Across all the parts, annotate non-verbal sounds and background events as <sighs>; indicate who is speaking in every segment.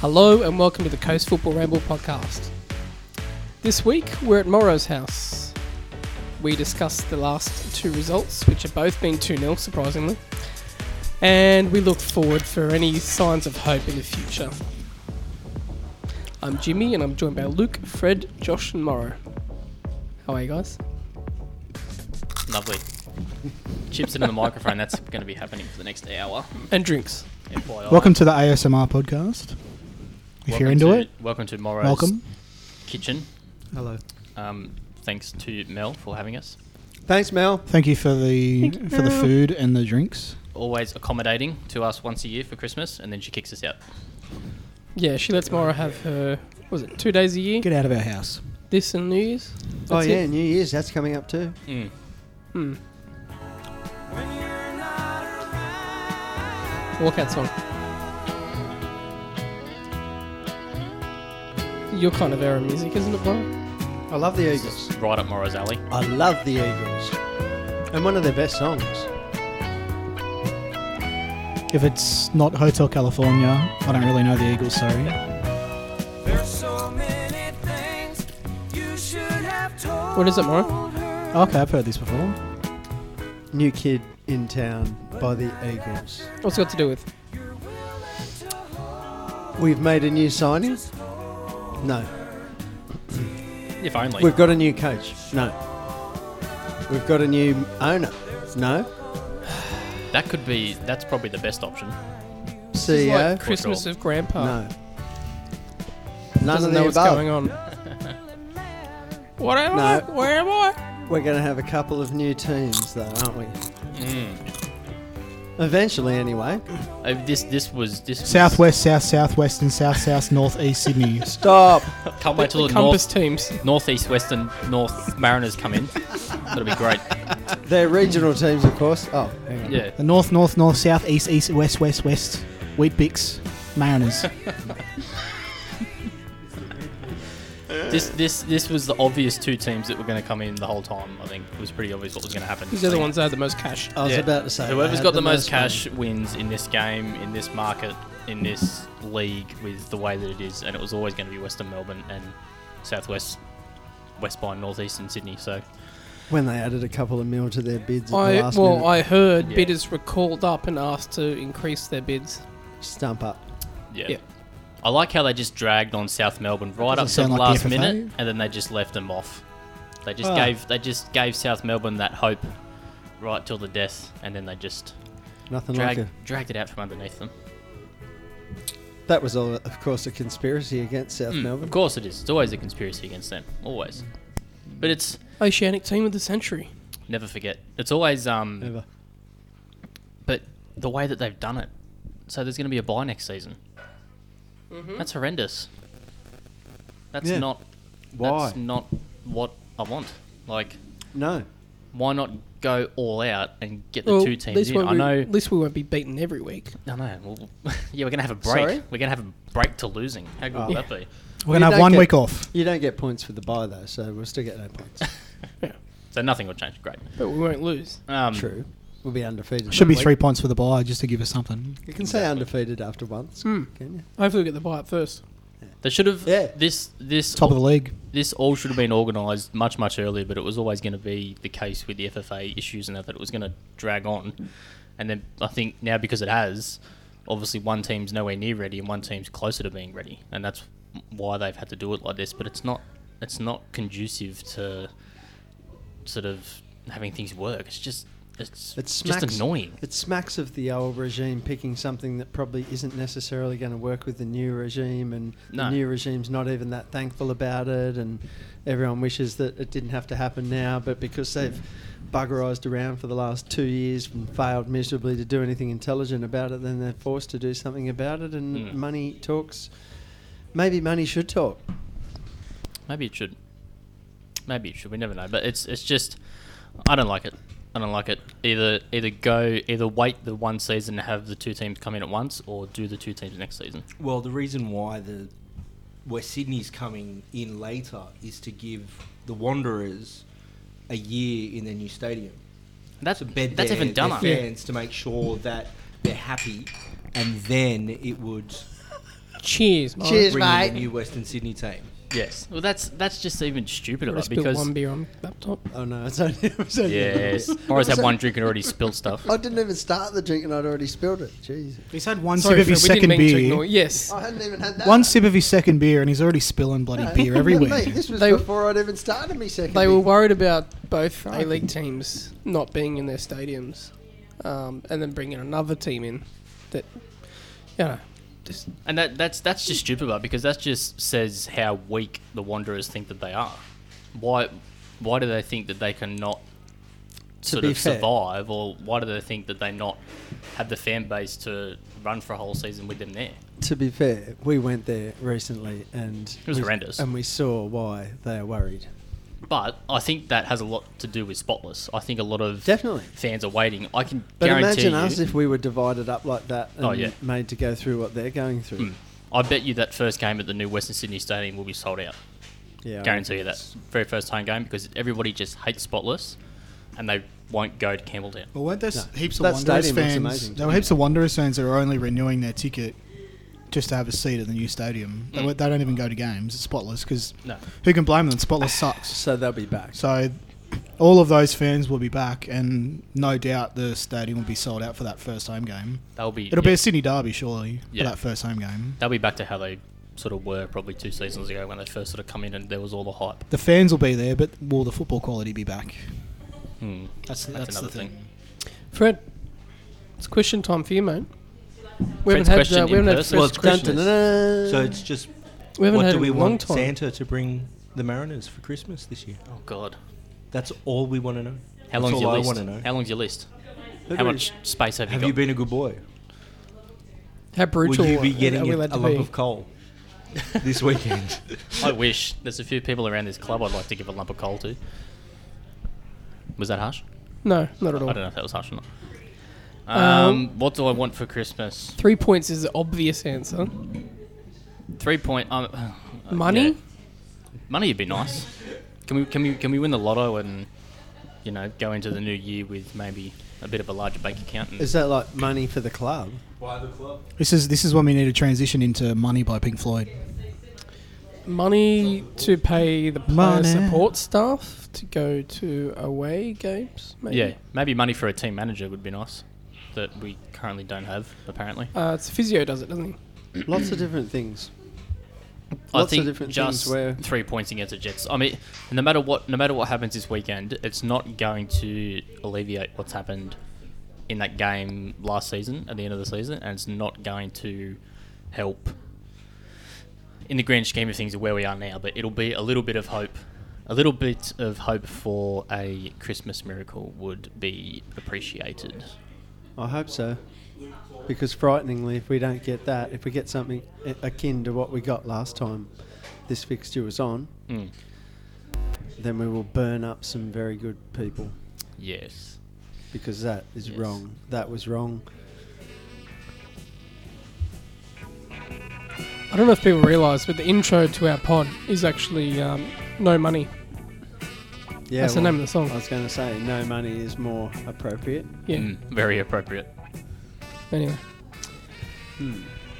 Speaker 1: Hello and welcome to the Coast Football Ramble podcast. This week we're at Morrow's house. We discuss the last two results, which have both been 2 0, surprisingly, and we look forward for any signs of hope in the future. I'm Jimmy and I'm joined by Luke, Fred, Josh, and Morrow. How are you guys?
Speaker 2: Lovely. Chips into the microphone. That's going to be happening for the next hour.
Speaker 1: And drinks.
Speaker 2: FYI.
Speaker 3: Oh. Welcome to the ASMR podcast. If you're
Speaker 2: Welcome
Speaker 3: into
Speaker 2: to-
Speaker 3: it,
Speaker 2: welcome to Morrow's
Speaker 3: welcome.
Speaker 2: Kitchen.
Speaker 4: Hello.
Speaker 2: Um, thanks to Mel for having us.
Speaker 4: Thanks, Mel.
Speaker 3: Thank you for the for the food and the drinks.
Speaker 2: Always accommodating to us once a year for Christmas, and then she kicks us out.
Speaker 1: Yeah, she lets Morrow have her, what was it, two days a year?
Speaker 4: Get out of our house.
Speaker 1: This and New Year's?
Speaker 4: oh
Speaker 1: That's
Speaker 4: yeah,
Speaker 1: it.
Speaker 4: New Year's that's coming up too.
Speaker 2: Mm.
Speaker 1: Hmm. Walkout song. Your kind of era music, isn't it, Brian?
Speaker 4: I love the Eagles.
Speaker 2: Right up Morrow's alley.
Speaker 4: I love the Eagles, and one of their best songs.
Speaker 3: If it's not Hotel California, I don't really know the Eagles. Sorry.
Speaker 5: There's so many things you should have told
Speaker 1: What is it, Mara?
Speaker 5: her.
Speaker 3: Oh, Okay, I've heard this before.
Speaker 4: New Kid in Town by the Eagles.
Speaker 1: What's it got to do with?
Speaker 5: You're willing to hold
Speaker 4: We've made a new signing. No,
Speaker 2: If only.
Speaker 4: we've got a new coach. No, we've got a new owner. No,
Speaker 2: that could be. That's probably the best option.
Speaker 1: This is
Speaker 4: CEO.
Speaker 1: like Christmas of Grandpa.
Speaker 4: E no, none
Speaker 1: Doesn't
Speaker 4: of
Speaker 1: know
Speaker 4: the
Speaker 1: what's
Speaker 4: above.
Speaker 1: going on.
Speaker 2: <laughs>
Speaker 1: what am I?
Speaker 4: No.
Speaker 1: Where am I?
Speaker 4: We're going to have a couple of new teams, though, aren't we?
Speaker 2: Mm.
Speaker 4: Eventually, anyway.
Speaker 2: Uh, this this was this. was-
Speaker 3: Southwest, south, southwest, and south, south, north, east Sydney.
Speaker 4: Stop.
Speaker 2: Can't wait till the,
Speaker 1: Compass
Speaker 2: north,
Speaker 1: teams.
Speaker 2: northeast, western, north Mariners come in. That'll be great.
Speaker 4: They're regional teams, of course. Oh, hang on.
Speaker 2: Yeah.
Speaker 3: The north, north, north, south, east, east, west, west, west. Wheat Bix,
Speaker 1: <laughs>
Speaker 3: Mariners.
Speaker 2: This this this was the obvious two teams that were going to come in the whole time. I think it was pretty obvious what was going to happen.
Speaker 1: These are the ones that have the most cash.
Speaker 4: I was
Speaker 2: Yeah.
Speaker 4: about to say. they
Speaker 2: Whoever's
Speaker 4: had
Speaker 2: got the, most
Speaker 4: money.
Speaker 2: cash wins in this game, in this market, in this league with the way that it is, and it was always going to be Western Melbourne and Southwest, West by Northeast and Sydney. So
Speaker 4: When they added a couple of mil to their bids at the
Speaker 1: I
Speaker 4: last
Speaker 1: well,
Speaker 4: minute.
Speaker 1: I heard
Speaker 2: Yeah.
Speaker 1: bidders were called up and asked to increase their bids.
Speaker 4: Stump up.
Speaker 2: yeah.
Speaker 1: Yeah.
Speaker 2: I like how they just dragged on South Melbourne right up
Speaker 3: Doesn't
Speaker 2: to the
Speaker 3: sound like
Speaker 2: last
Speaker 3: the FFA.
Speaker 2: minute, and then they just left them off. They just
Speaker 4: Ah.
Speaker 2: gave they just gave South Melbourne that hope right till the death, and then they just
Speaker 4: Nothing
Speaker 2: dragged,
Speaker 4: like
Speaker 2: dragged it out from underneath them.
Speaker 4: it. That was, all, of course, a conspiracy against South
Speaker 2: Mm,
Speaker 4: Melbourne.
Speaker 2: Of course it is. It's always a conspiracy against them. Always. But it's
Speaker 1: Oceanic team of the century.
Speaker 2: never forget. It's always um
Speaker 4: Never.
Speaker 2: but the way that they've done it. So there's gonna be a buy next season. That's horrendous. That's
Speaker 4: Yeah.
Speaker 2: not
Speaker 4: Why?
Speaker 2: that's not what I want. Like
Speaker 4: No.
Speaker 2: why not go all out and get the two
Speaker 1: at
Speaker 2: teams
Speaker 1: least,
Speaker 2: in? I
Speaker 1: won't be-
Speaker 2: know
Speaker 1: at least we won't be beaten every week.
Speaker 2: I know. Well, <laughs> yeah, we're gonna have a break.
Speaker 4: Sorry?
Speaker 2: We're gonna have a break to losing. How good
Speaker 4: Oh.
Speaker 2: would that be?
Speaker 3: We're
Speaker 4: You
Speaker 3: gonna have
Speaker 4: don't
Speaker 3: one
Speaker 4: get-
Speaker 3: week off.
Speaker 4: You don't get points for the buy, though, so we'll still get no points.
Speaker 2: So nothing will change. Great.
Speaker 1: But we won't lose.
Speaker 2: Um,
Speaker 4: True. We'll be undefeated.
Speaker 3: Should be
Speaker 4: Wait,
Speaker 3: three points for the buy, just to give us something.
Speaker 4: You can say undefeated after once, can you?
Speaker 1: Hopefully, we get the buy up first.
Speaker 2: They should have
Speaker 4: Yeah.
Speaker 2: this this
Speaker 3: Top of the league.
Speaker 2: this all should have been organised much much earlier, but it was always going to be the case with the FFA issues and that that it was going to drag on. And then I think now because it has, obviously one team's nowhere near ready and one team's closer to being ready, and that's why they've had to do it like this. But it's not it's not conducive to sort of having things work. It's just it's,
Speaker 4: It smacks,
Speaker 2: just annoying.
Speaker 4: It smacks of the old regime picking something that probably isn't necessarily going to work with the new regime, and
Speaker 2: No.
Speaker 4: the new regime's not even that thankful about it, and everyone wishes that it didn't have to happen now, but because they've buggerised around for the last two years and failed miserably to do anything intelligent about it, then they're forced to do something about it, and
Speaker 2: Mm.
Speaker 4: money talks. Maybe money should talk.
Speaker 2: Maybe it should. Maybe it should. We never know. But it's it's just I don't like it. I don't like it. Either either go either wait the one season and have the two teams come in at once, or do the two teams next season.
Speaker 6: Well, the reason why the where Sydney's coming in later is to give the Wanderers a year in their new stadium.
Speaker 2: That's
Speaker 6: To bed
Speaker 2: that's
Speaker 6: their,
Speaker 2: even
Speaker 6: their
Speaker 2: dumber.
Speaker 6: fans to make sure that they're happy, and then it would
Speaker 1: Cheers, mate.
Speaker 4: Cheers,
Speaker 6: bringing
Speaker 4: mate.
Speaker 6: the new Western Sydney team.
Speaker 2: Yes. Well, that's that's just even stupider
Speaker 1: I
Speaker 2: like,
Speaker 1: spilled
Speaker 2: because
Speaker 1: one beer on my laptop.
Speaker 4: Oh no, it's only. <laughs> It was only <laughs>
Speaker 2: yes, Morris had one drink and already spilled stuff.
Speaker 4: I didn't even start the drink and I'd already spilled it. Jeez.
Speaker 3: He's had one
Speaker 1: Sorry,
Speaker 3: sip of
Speaker 1: Phil,
Speaker 3: his
Speaker 1: we didn't
Speaker 3: second
Speaker 1: mean to
Speaker 3: beer.
Speaker 1: ignore- Yes.
Speaker 4: I hadn't even had that.
Speaker 3: One sip of his second beer, and he's already spilling bloody
Speaker 4: No,
Speaker 3: beer everywhere.
Speaker 4: <laughs> Mate, this was
Speaker 1: They-
Speaker 4: before I'd even started my second.
Speaker 1: They were
Speaker 4: beer.
Speaker 1: worried about both A League teams not being in their stadiums, um, and then bringing another team in that, you know, just
Speaker 2: And that that's that's just stupid, but because that just says how weak the Wanderers think that they are. Why why do they think that they cannot sort
Speaker 4: be
Speaker 2: of
Speaker 4: fair.
Speaker 2: survive, or why do they think that they not have the fan base to run for a whole season with them there?
Speaker 4: To be fair, we went there recently and
Speaker 2: It was
Speaker 4: we-
Speaker 2: horrendous.
Speaker 4: and we saw why they are worried.
Speaker 2: But I think that has a lot to do with Spotless. I think a lot of
Speaker 4: Definitely.
Speaker 2: fans are waiting. I can
Speaker 4: But
Speaker 2: guarantee
Speaker 4: imagine
Speaker 2: you,
Speaker 4: us if we were divided up like that and
Speaker 2: Oh, yeah. Hmm.
Speaker 4: made to go through what they're going through.
Speaker 2: I bet you that first game at the new Western Sydney Stadium will be sold out.
Speaker 4: Yeah, I
Speaker 2: guarantee you
Speaker 4: reckon
Speaker 2: that very first time game because everybody just hates Spotless, and they won't go to Campbelltown.
Speaker 3: Well, weren't there s-
Speaker 4: No.
Speaker 3: heaps of
Speaker 4: That
Speaker 3: Wanderers
Speaker 4: stadium looks
Speaker 3: fans?
Speaker 4: amazing.
Speaker 3: There were heaps of Wanderers fans that were only renewing their ticket just to have a seat at the new stadium. They,
Speaker 2: Mm.
Speaker 3: were, they don't even go to games. It's spotless because
Speaker 2: No.
Speaker 3: who can blame them? Spotless sucks.
Speaker 4: So they'll be back.
Speaker 3: So all of those fans will be back, and no doubt the stadium will be sold out for that first home game.
Speaker 2: They'll be
Speaker 3: It'll
Speaker 2: yeah,
Speaker 3: be a Sydney derby, surely,
Speaker 2: Yeah.
Speaker 3: for that first home game.
Speaker 2: they'll be back to how they sort of were probably two seasons ago when they first sort of come in and there was all the hype.
Speaker 3: The fans will be there, but will the football quality be back?
Speaker 2: Hmm.
Speaker 3: That's, that's,
Speaker 2: That's
Speaker 3: the
Speaker 2: another
Speaker 3: thing.
Speaker 2: thing.
Speaker 1: Fred. It's question time for you, mate. We haven't
Speaker 2: Fred's question
Speaker 1: had uh, we
Speaker 2: in
Speaker 1: haven't had
Speaker 2: person.
Speaker 1: Fred's
Speaker 2: Well, it's
Speaker 1: question.
Speaker 6: So it's just
Speaker 1: Mm. We haven't
Speaker 6: what
Speaker 1: had
Speaker 6: do
Speaker 1: it
Speaker 6: we
Speaker 1: in a long
Speaker 6: want
Speaker 1: time.
Speaker 6: Santa to bring the Mariners for Christmas this year?
Speaker 2: Oh God,
Speaker 6: That's all we want to know.
Speaker 2: how
Speaker 6: That's
Speaker 2: long's
Speaker 6: all
Speaker 2: your
Speaker 6: I
Speaker 2: list?
Speaker 6: want to know.
Speaker 2: How long's your list?
Speaker 6: Who
Speaker 2: How
Speaker 6: do we-
Speaker 2: much space have you
Speaker 6: Have
Speaker 2: got?
Speaker 6: you been a good boy?
Speaker 1: How brutal
Speaker 6: Will you
Speaker 1: are-
Speaker 6: be
Speaker 1: are
Speaker 6: getting
Speaker 1: we
Speaker 6: a,
Speaker 1: allowed
Speaker 6: a
Speaker 1: to
Speaker 6: lump
Speaker 1: be?
Speaker 6: of
Speaker 1: <laughs>
Speaker 6: coal this weekend?
Speaker 2: I wish there's a few people around this club I'd like to give a lump of coal to. Was that harsh?
Speaker 1: No, not at all.
Speaker 2: I don't know if that was harsh or not. Um,
Speaker 1: Um,
Speaker 2: what do I want for Christmas?
Speaker 1: Three points is the obvious answer.
Speaker 2: Three point. Um, <sighs> uh,
Speaker 1: Money?
Speaker 2: yeah. Money would be nice. Can we can we can we win the lotto and you know go into the new year with maybe a bit of a larger bank account? And
Speaker 4: Is that like money for the club?
Speaker 6: Why the club?
Speaker 3: This is this is when we need to transition into Money by Pink Floyd.
Speaker 1: Money to pay the player
Speaker 3: Money.
Speaker 1: support staff to go to away games, maybe.
Speaker 2: yeah, maybe money for a team manager would be nice that we currently don't have apparently.
Speaker 1: Uh, it's physio does it, doesn't he?
Speaker 4: Lots of different things.
Speaker 2: I
Speaker 4: Lots of
Speaker 2: think
Speaker 4: different
Speaker 2: just
Speaker 4: things where-
Speaker 2: three points against the Jets. I mean, no matter what, no matter what happens this weekend, it's not going to alleviate what's happened in that game last season at the end of the season, and it's not going to help in the grand scheme of things where we are now. But it'll be a little bit of hope. A little bit of hope for a Christmas miracle would be appreciated.
Speaker 4: I hope so. Because frighteningly, if we don't get that, if we get something a- akin to what we got last time this fixture was on,
Speaker 2: Mm.
Speaker 4: then we will burn up some very good people.
Speaker 2: Yes.
Speaker 4: Because that is
Speaker 2: Yes.
Speaker 4: wrong. That was wrong.
Speaker 1: I don't know if people realise, but the intro to our pod is actually um, No Money.
Speaker 4: Yeah,
Speaker 1: That's the name of the song.
Speaker 4: I was going to say, no money is more appropriate.
Speaker 1: Yeah.
Speaker 2: Mm, very appropriate.
Speaker 1: Anyway.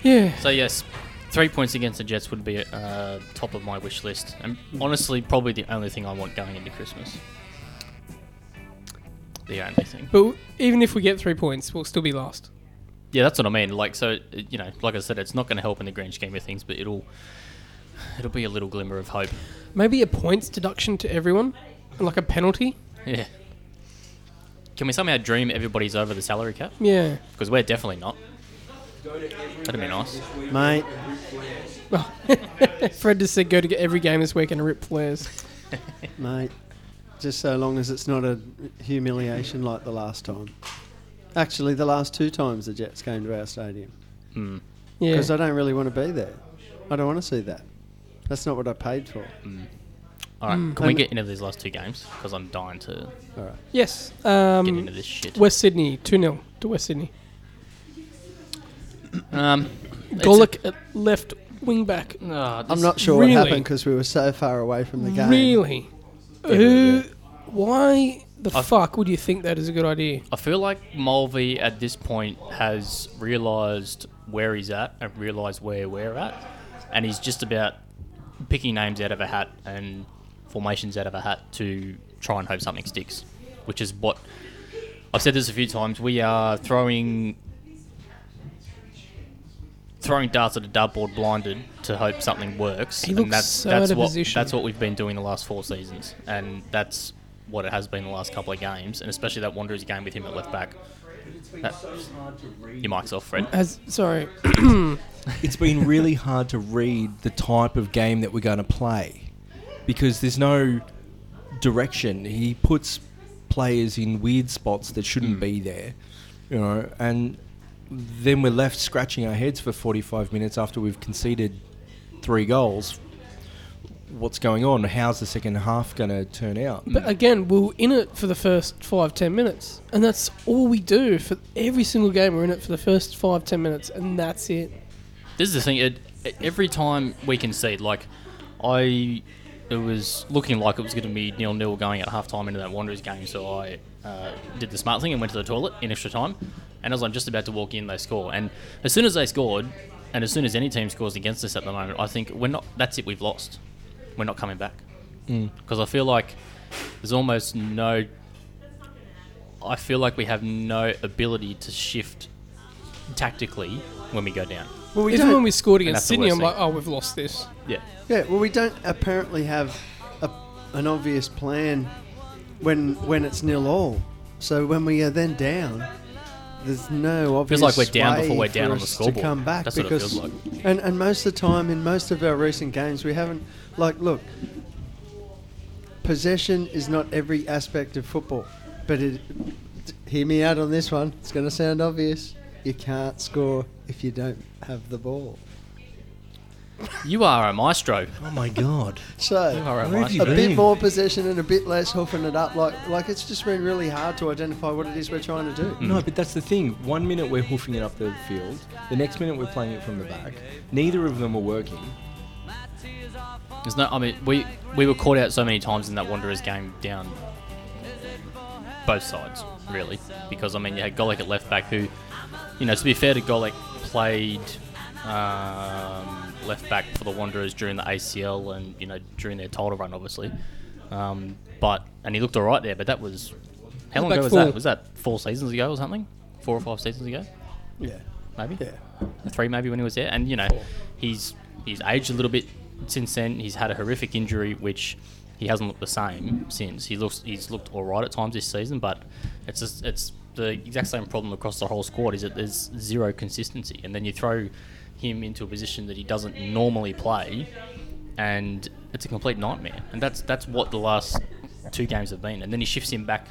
Speaker 1: Yeah.
Speaker 2: So yes, three points against the Jets would be uh, top of my wish list, and honestly, probably the only thing I want going into Christmas. The only thing.
Speaker 1: But w- even if we get three points, we'll still be last.
Speaker 2: Yeah, that's what I mean. Like, so it- you know, like I said, it's not going to help in the grand scheme of things, but it'll it'll be a little glimmer of hope.
Speaker 1: Maybe a points deduction to everyone, and like a penalty.
Speaker 2: Yeah. Can we somehow dream everybody's over the salary cap?
Speaker 1: Yeah.
Speaker 2: Because we're definitely not. That'd be nice.
Speaker 4: Mate,
Speaker 1: <laughs> Fred just said go to get every game this week and rip flares.
Speaker 4: mate, just so long as it's not a humiliation like the last time. Actually, the last two times the Jets came to our stadium.
Speaker 2: Hmm.
Speaker 1: Yeah.
Speaker 4: Because I don't really want to be there. I don't want to see that. That's not what I paid for.
Speaker 1: Mm.
Speaker 2: All right. Can we
Speaker 4: And-
Speaker 2: get into these last two games? Because I'm dying to
Speaker 4: All right.
Speaker 1: yes.
Speaker 2: get
Speaker 4: hmm.
Speaker 2: into
Speaker 1: Um,
Speaker 2: this shit.
Speaker 1: West Sydney, 2 0 to West Sydney.
Speaker 2: Um, it's a-
Speaker 1: Golick at left wing back.
Speaker 2: Ah, this-
Speaker 4: I'm not sure
Speaker 1: really-
Speaker 4: what happened because we were so far away from the game.
Speaker 1: Really?
Speaker 4: yeah,
Speaker 1: Who? Why the
Speaker 2: I-
Speaker 1: fuck would you think that is a good idea?
Speaker 2: I feel like Mulvey at this point has realised where he's at and realised where we're at, and he's just about picking names out of a hat and formations out of a hat to try and hope something sticks, which is what I've said this a few times. We are throwing throwing darts at a dartboard blinded to hope something works.
Speaker 1: He looks
Speaker 2: and that's
Speaker 1: so
Speaker 2: that's
Speaker 1: out of
Speaker 2: what
Speaker 1: position.
Speaker 2: that's what we've been doing the last four seasons, and that's what it has been the last couple of games, and especially that Wanderers game with him at left back. That- your mic's off, Fred.
Speaker 1: Has sorry, <coughs>
Speaker 6: it's been really hard to read the type of game that we're going to play because there's no direction. He puts players in weird spots that shouldn't be there, you know, and then we're left scratching our heads for 45 minutes after we've conceded three goals. What's going on? How's the second half going to turn out?
Speaker 1: but again, we we're in it for the first five ten minutes, and that's all we do for every single game. We're in it for the first five ten minutes, and that's it.
Speaker 2: This is the thing. It, every time we concede, like I, it was looking like it was going to be nil nil going at half time into that Wanderers game. So I uh, did the smart thing and went to the toilet in extra time. And as I'm just about to walk in, they score. And as soon as they scored, and as soon as any team scores against us at the moment, I think we're not. That's it. We've lost. We're not coming back. Because I feel like there's almost no. I feel like we have no ability to shift tactically when we go down.
Speaker 4: Well, we
Speaker 1: Even
Speaker 4: don't-
Speaker 1: when we scored
Speaker 2: And
Speaker 1: against
Speaker 2: that's
Speaker 1: Sydney,
Speaker 2: the worst
Speaker 1: I'm like,
Speaker 2: thing.
Speaker 1: oh, we've lost this.
Speaker 2: Yeah.
Speaker 4: Yeah, well, we don't apparently have a, an obvious plan when when it's nil all. So when we are then down, there's no obvious.
Speaker 2: Feels like we're down
Speaker 4: way
Speaker 2: before we're down
Speaker 4: for
Speaker 2: on the
Speaker 4: us to
Speaker 2: scoreboard.
Speaker 4: come back
Speaker 2: That's what it
Speaker 4: because,
Speaker 2: feels
Speaker 4: and and most of the time in most of our recent games, we haven't. Like, look, possession is not every aspect of football, but it. Hear me out on this one. It's going to sound obvious. You can't score if you don't have the ball.
Speaker 2: You are a maestro.
Speaker 6: oh my god.
Speaker 4: So
Speaker 2: You are a
Speaker 6: Where have you
Speaker 2: maestro.
Speaker 4: a bit
Speaker 6: Boom.
Speaker 4: more possession and a bit less hoofing it up. Like, like it's just been really hard to identify what it is we're trying to do.
Speaker 6: No, but that's the thing. One minute we're hoofing it up the field, the next minute we're playing it from the back. Neither of them are working.
Speaker 2: There's no, I mean, we we were caught out so many times in that Wanderers game down both sides, really, because I mean you had Golic at left back, who, you know, to be fair to Golic, played um, left back for the Wanderers during the ACL and you know during their title run, obviously, um, but and he looked all right there, but that was how long
Speaker 1: Back
Speaker 2: ago was
Speaker 1: four.
Speaker 2: that? Was that four seasons ago or something? Four or five seasons ago,
Speaker 4: Yeah,
Speaker 2: maybe.
Speaker 4: yeah.
Speaker 2: three maybe when he was there. And you know, he's he's aged a little bit since then. He's had a horrific injury, which he hasn't looked the same since. He looks he's looked all right at times this season, but it's just it's the exact same problem across the whole squad is that there's zero consistency, and then you throw him into a position that he doesn't normally play, and it's a complete nightmare. And that's that's what the last two games have been. And then he shifts him back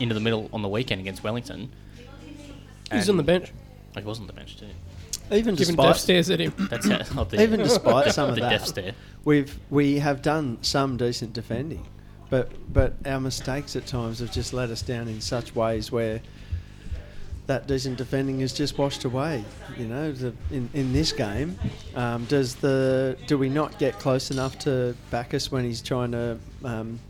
Speaker 2: into the middle on the weekend against Wellington.
Speaker 1: He's on the
Speaker 2: And-
Speaker 1: bench,
Speaker 2: he was on the bench too.
Speaker 4: Even
Speaker 1: giving
Speaker 4: despite
Speaker 1: death stares at
Speaker 2: <coughs>
Speaker 1: him.
Speaker 2: That's
Speaker 3: <laughs>
Speaker 2: how, <laughs> not the,
Speaker 4: even despite
Speaker 2: the-
Speaker 4: some of
Speaker 2: the
Speaker 4: that,
Speaker 2: death stare.
Speaker 4: we've we have done some decent defending, but but our mistakes at times have just let us down in such ways where that decent defending is just washed away. You know, the, in in this game, um, does the do we not get close enough to Backus when he's trying to? Um,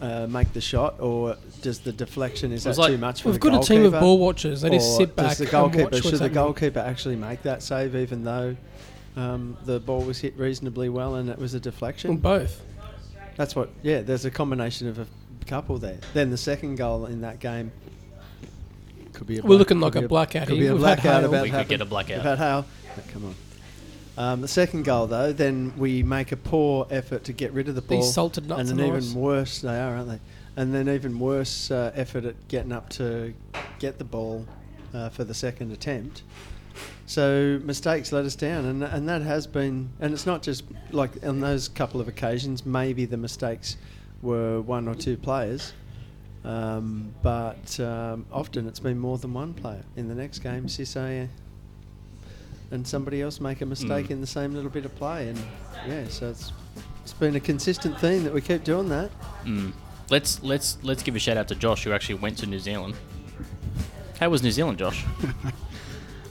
Speaker 4: uh, make the shot, or does the deflection is
Speaker 2: It
Speaker 4: that
Speaker 2: was like-
Speaker 4: too much for
Speaker 1: We've
Speaker 4: the
Speaker 1: got a team of
Speaker 4: goalkeeper?
Speaker 1: ball watchers. They just
Speaker 4: Or
Speaker 1: sit back
Speaker 4: does the
Speaker 1: and watch
Speaker 4: goalkeeper,
Speaker 1: what's
Speaker 4: should the
Speaker 1: happening.
Speaker 4: goalkeeper actually make that save, even though um, the ball was hit reasonably well and it was a
Speaker 1: Well,
Speaker 4: deflection?
Speaker 1: both.
Speaker 4: That's what. Yeah, there's a combination of a couple there. Then the second goal in that game could be. A
Speaker 1: We're looking like
Speaker 4: could
Speaker 1: a
Speaker 4: be
Speaker 1: blackout
Speaker 4: Could
Speaker 1: here.
Speaker 4: be a
Speaker 1: We've had
Speaker 4: blackout
Speaker 1: hail.
Speaker 4: about
Speaker 2: We could
Speaker 4: happen-
Speaker 2: get a blackout.
Speaker 4: about hail. No, come on. Um, the second goal, though, then we make a poor effort to get rid of the ball.
Speaker 1: These salted nuts
Speaker 4: and an
Speaker 1: and
Speaker 4: even
Speaker 1: ice.
Speaker 4: worse they are, aren't they? And then even worse uh, effort at getting up to get the ball uh, for the second attempt. So mistakes let us down, and and that has been, and it's not just like on those couple of occasions. Maybe the mistakes were one or two players, um, but um, often it's been more than one player. In the next game, Cisse and somebody else make a mistake
Speaker 2: Mm.
Speaker 4: in the same little bit of play, and yeah, so it's it's been a consistent theme that we keep doing that.
Speaker 2: Mm. Let's let's let's give a shout out to Josh who actually went to New Zealand. How was New Zealand,
Speaker 3: <laughs>
Speaker 2: Josh?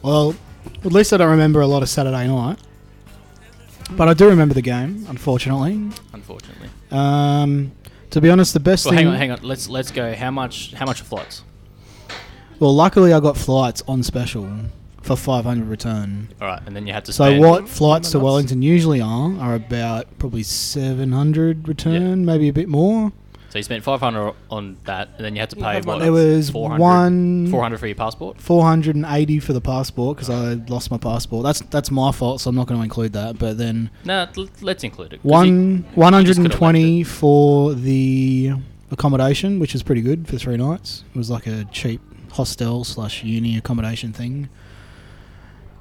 Speaker 3: Well, at least I don't remember a lot of Saturday night. But I do remember the game, unfortunately.
Speaker 2: Unfortunately,
Speaker 3: Um, To be honest, the best
Speaker 2: Well,
Speaker 3: thing.
Speaker 2: hang on, hang on. Let's let's go. How much? How much are flights?
Speaker 3: Well, luckily I got flights on special for 500 return.
Speaker 2: All right, and then you had to.
Speaker 3: So
Speaker 2: spend-
Speaker 3: what flights to
Speaker 2: Nuts.
Speaker 3: Wellington usually are are about probably 700 return, maybe a bit more.
Speaker 2: So you spent five hundred on that, and then you had to
Speaker 1: You
Speaker 2: pay
Speaker 1: have
Speaker 2: what?
Speaker 1: one. There
Speaker 3: was
Speaker 2: 400,
Speaker 3: one-
Speaker 2: four hundred for your passport.
Speaker 3: 480 for the passport because I lost my passport. That's that's my fault, so I'm not going to include that. But then
Speaker 2: No, l- let's include it. 'cause you-
Speaker 3: one
Speaker 2: you just could've left it.
Speaker 3: 120 for the accommodation, which is pretty good for three nights. It was like a cheap hostel slash uni accommodation thing.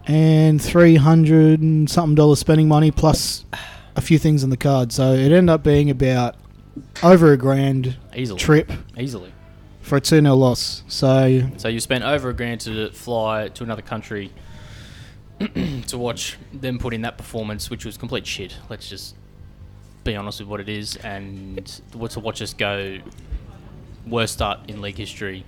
Speaker 3: And 300 and something dollars spending money plus a few things in the card. So it ended up being about over a grand
Speaker 2: easily
Speaker 3: trip
Speaker 2: easily.
Speaker 3: for a 2 0 loss. So
Speaker 2: So you spent over a grand to fly to another country <clears throat> to watch them put in that performance, which was complete shit. Let's just be honest with what it is, and w- to watch us go worst start in league history,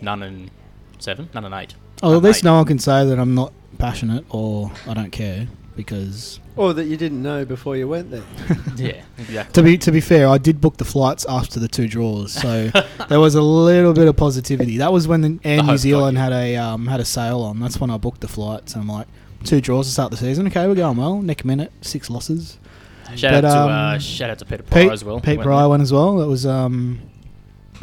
Speaker 2: none and seven, none and eight.
Speaker 3: oh,
Speaker 2: None
Speaker 3: at
Speaker 2: and
Speaker 3: least
Speaker 2: eight.
Speaker 3: no one can say that I'm not passionate or I don't care because
Speaker 4: Or that you didn't know before you went there.
Speaker 2: <laughs> Yeah, exactly.
Speaker 3: To be to be fair, I did book the flights after the two
Speaker 2: <laughs>
Speaker 3: draws, so there was a little bit of positivity. That was when the Air
Speaker 2: The hope
Speaker 3: New
Speaker 2: got
Speaker 3: Zealand
Speaker 2: you.
Speaker 3: had a um, had a sale on. That's when I booked the flights. And I'm like, two draws to start the season. Okay, we're going well. Nick Minute, six losses.
Speaker 2: Shout
Speaker 3: But,
Speaker 2: out to uh,
Speaker 3: um,
Speaker 2: shout out to Peter Pryor
Speaker 3: Pete
Speaker 2: as well.
Speaker 3: Pete
Speaker 2: Went
Speaker 3: Pry
Speaker 2: there.
Speaker 3: went as well. That was um,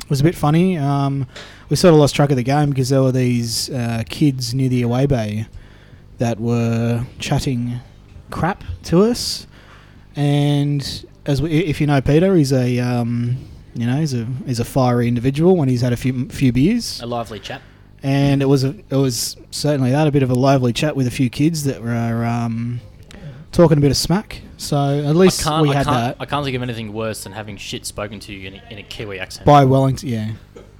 Speaker 3: was a bit funny. Um, we sort of lost track of the game because there were these uh, kids near the away bay that were chatting crap to us. And as we, if you know Peter, he's a um, you know he's a he's a fiery individual when he's had a few few beers
Speaker 2: A lively chap.
Speaker 3: and it was a, it was certainly that a bit of a lively chat with a few kids that were um, talking a bit of smack. So at
Speaker 2: I
Speaker 3: least
Speaker 2: can't,
Speaker 3: we
Speaker 2: I,
Speaker 3: had
Speaker 2: can't,
Speaker 3: that
Speaker 2: I can't think of anything worse than having shit spoken to you in a, in a Kiwi accent.
Speaker 3: by Wellington, yeah,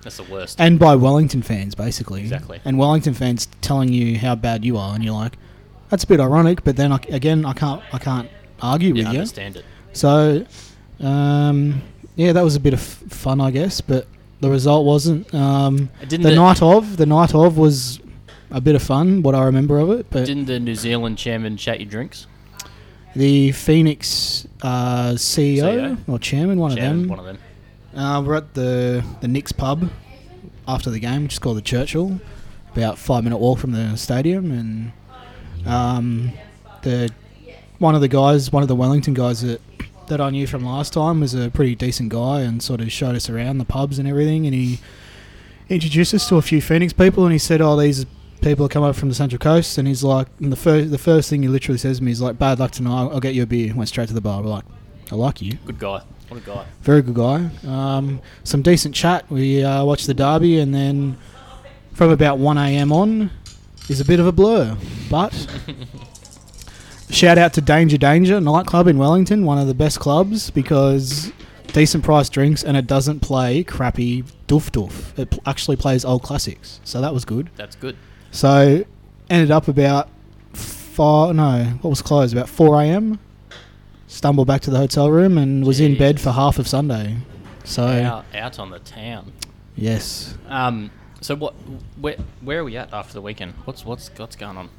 Speaker 2: That's the worst.
Speaker 3: and by Wellington fans basically.
Speaker 2: Exactly.
Speaker 3: And Wellington fans telling you how bad you are, and you're like, that's a bit ironic. But then I, again, I can't I can't argue
Speaker 2: you
Speaker 3: with you.
Speaker 2: understand it.
Speaker 3: So, um, yeah, that was a bit of f- fun, I guess, but the result wasn't. Um,
Speaker 2: Uh,
Speaker 3: the
Speaker 2: didn't the-
Speaker 3: night of, the night of was a bit of fun, what I remember of it. But
Speaker 2: Didn't the New Zealand chairman chat your drinks?
Speaker 3: the Phoenix uh, CEO,
Speaker 2: CEO?
Speaker 3: or chairman, one
Speaker 2: E Chairman,
Speaker 3: of them.
Speaker 2: One of them.
Speaker 3: Uh, we're at the the Knicks pub after the game, which is called the Churchill, about five minute walk from the stadium, and um, the one of the guys, one of the Wellington guys that that I knew from last time, was a pretty decent guy and sort of showed us around the pubs and everything, and he introduced us to a few Phoenix people, and he said, "Oh, these." People come up from the Central Coast, and he's like, and the first the first thing he literally says to me is like, "Bad luck tonight. I'll get you a beer." Went straight to the bar. We're like, "I like you."
Speaker 2: Good guy. What a guy.
Speaker 3: very good guy. Um, some decent chat. We uh, watched the derby, and then from about 1 a.m. on is a bit of a blur. But shout out to Danger Danger nightclub in Wellington, one of the best clubs because decent priced drinks, and it doesn't play crappy doof doof. It pl- actually plays old classics, so that was good.
Speaker 2: That's good.
Speaker 3: So ended up about four. No, what was closed about four a.m. Stumbled back to the hotel room and was in bed
Speaker 2: Jeez.
Speaker 3: for half of Sunday. So
Speaker 2: Out, out on the town.
Speaker 3: yes,
Speaker 2: Um, so what? Where, where are we at after the weekend? What's what's what's going on?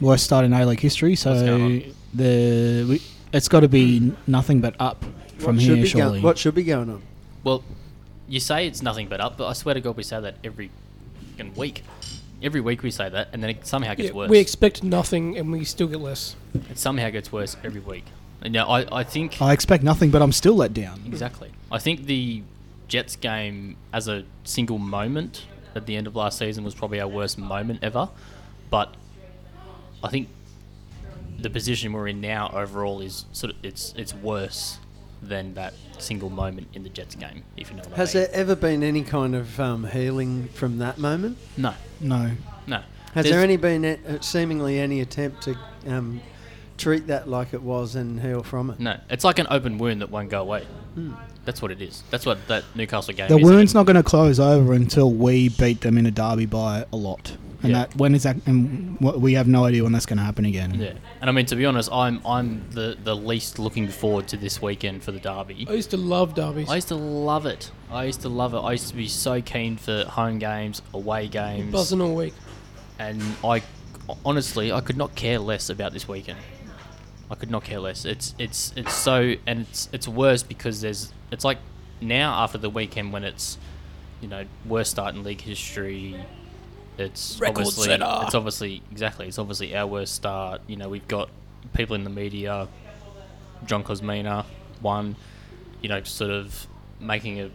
Speaker 3: worst start in A League history. So
Speaker 2: What's going on?
Speaker 3: the we, it's got to be nothing but up from
Speaker 4: what,
Speaker 3: here.
Speaker 4: should be go-
Speaker 3: surely
Speaker 4: what should be going on?
Speaker 2: Well, you say it's nothing but up, but I swear to God, we say that every fucking week. Every week we say that, and then it somehow gets
Speaker 1: Yeah,
Speaker 2: worse.
Speaker 1: we expect nothing and we still get less.
Speaker 2: it somehow gets worse every week. And now I, I think
Speaker 3: I expect nothing, but I'm still let down.
Speaker 2: Exactly. I think the Jets game as a single moment at the end of last season was probably our worst moment ever. But I think the position we're in now overall is sort of it's it's worse than that single moment in the Jets game, if you know what
Speaker 4: Has
Speaker 2: I
Speaker 4: there
Speaker 2: mean.
Speaker 4: ever been any kind of um, healing from that moment?
Speaker 2: No.
Speaker 3: No,
Speaker 2: No.
Speaker 4: Has
Speaker 2: There's-
Speaker 4: there any been a, uh, seemingly any attempt to um, treat that like it was and heal from it?
Speaker 2: No. It's like an open wound that won't go away.
Speaker 4: Hmm.
Speaker 2: That's what it is. That's what that Newcastle game
Speaker 3: the
Speaker 2: is.
Speaker 3: wound's not going to close over until we beat them in a derby by a lot. And
Speaker 2: Yeah.
Speaker 3: that when is that? And wh- we have no idea when that's going to happen again.
Speaker 2: Yeah. And I mean to be honest, I'm I'm the, the least looking forward to this weekend for the derby.
Speaker 1: I used to love derbies.
Speaker 2: I used to love it. I used to love it. I used to be so keen for home games, away games,
Speaker 1: buzzing all week.
Speaker 2: and I honestly I could not care less about this weekend. I could not care less. It's it's it's so and it's it's worse because there's it's like now after the weekend when it's you know worst start in league history. It's
Speaker 1: Record
Speaker 2: obviously
Speaker 1: setter.
Speaker 2: it's obviously exactly it's obviously our worst start. You know we've got people in the media, John Cosmina, one, you know sort of making a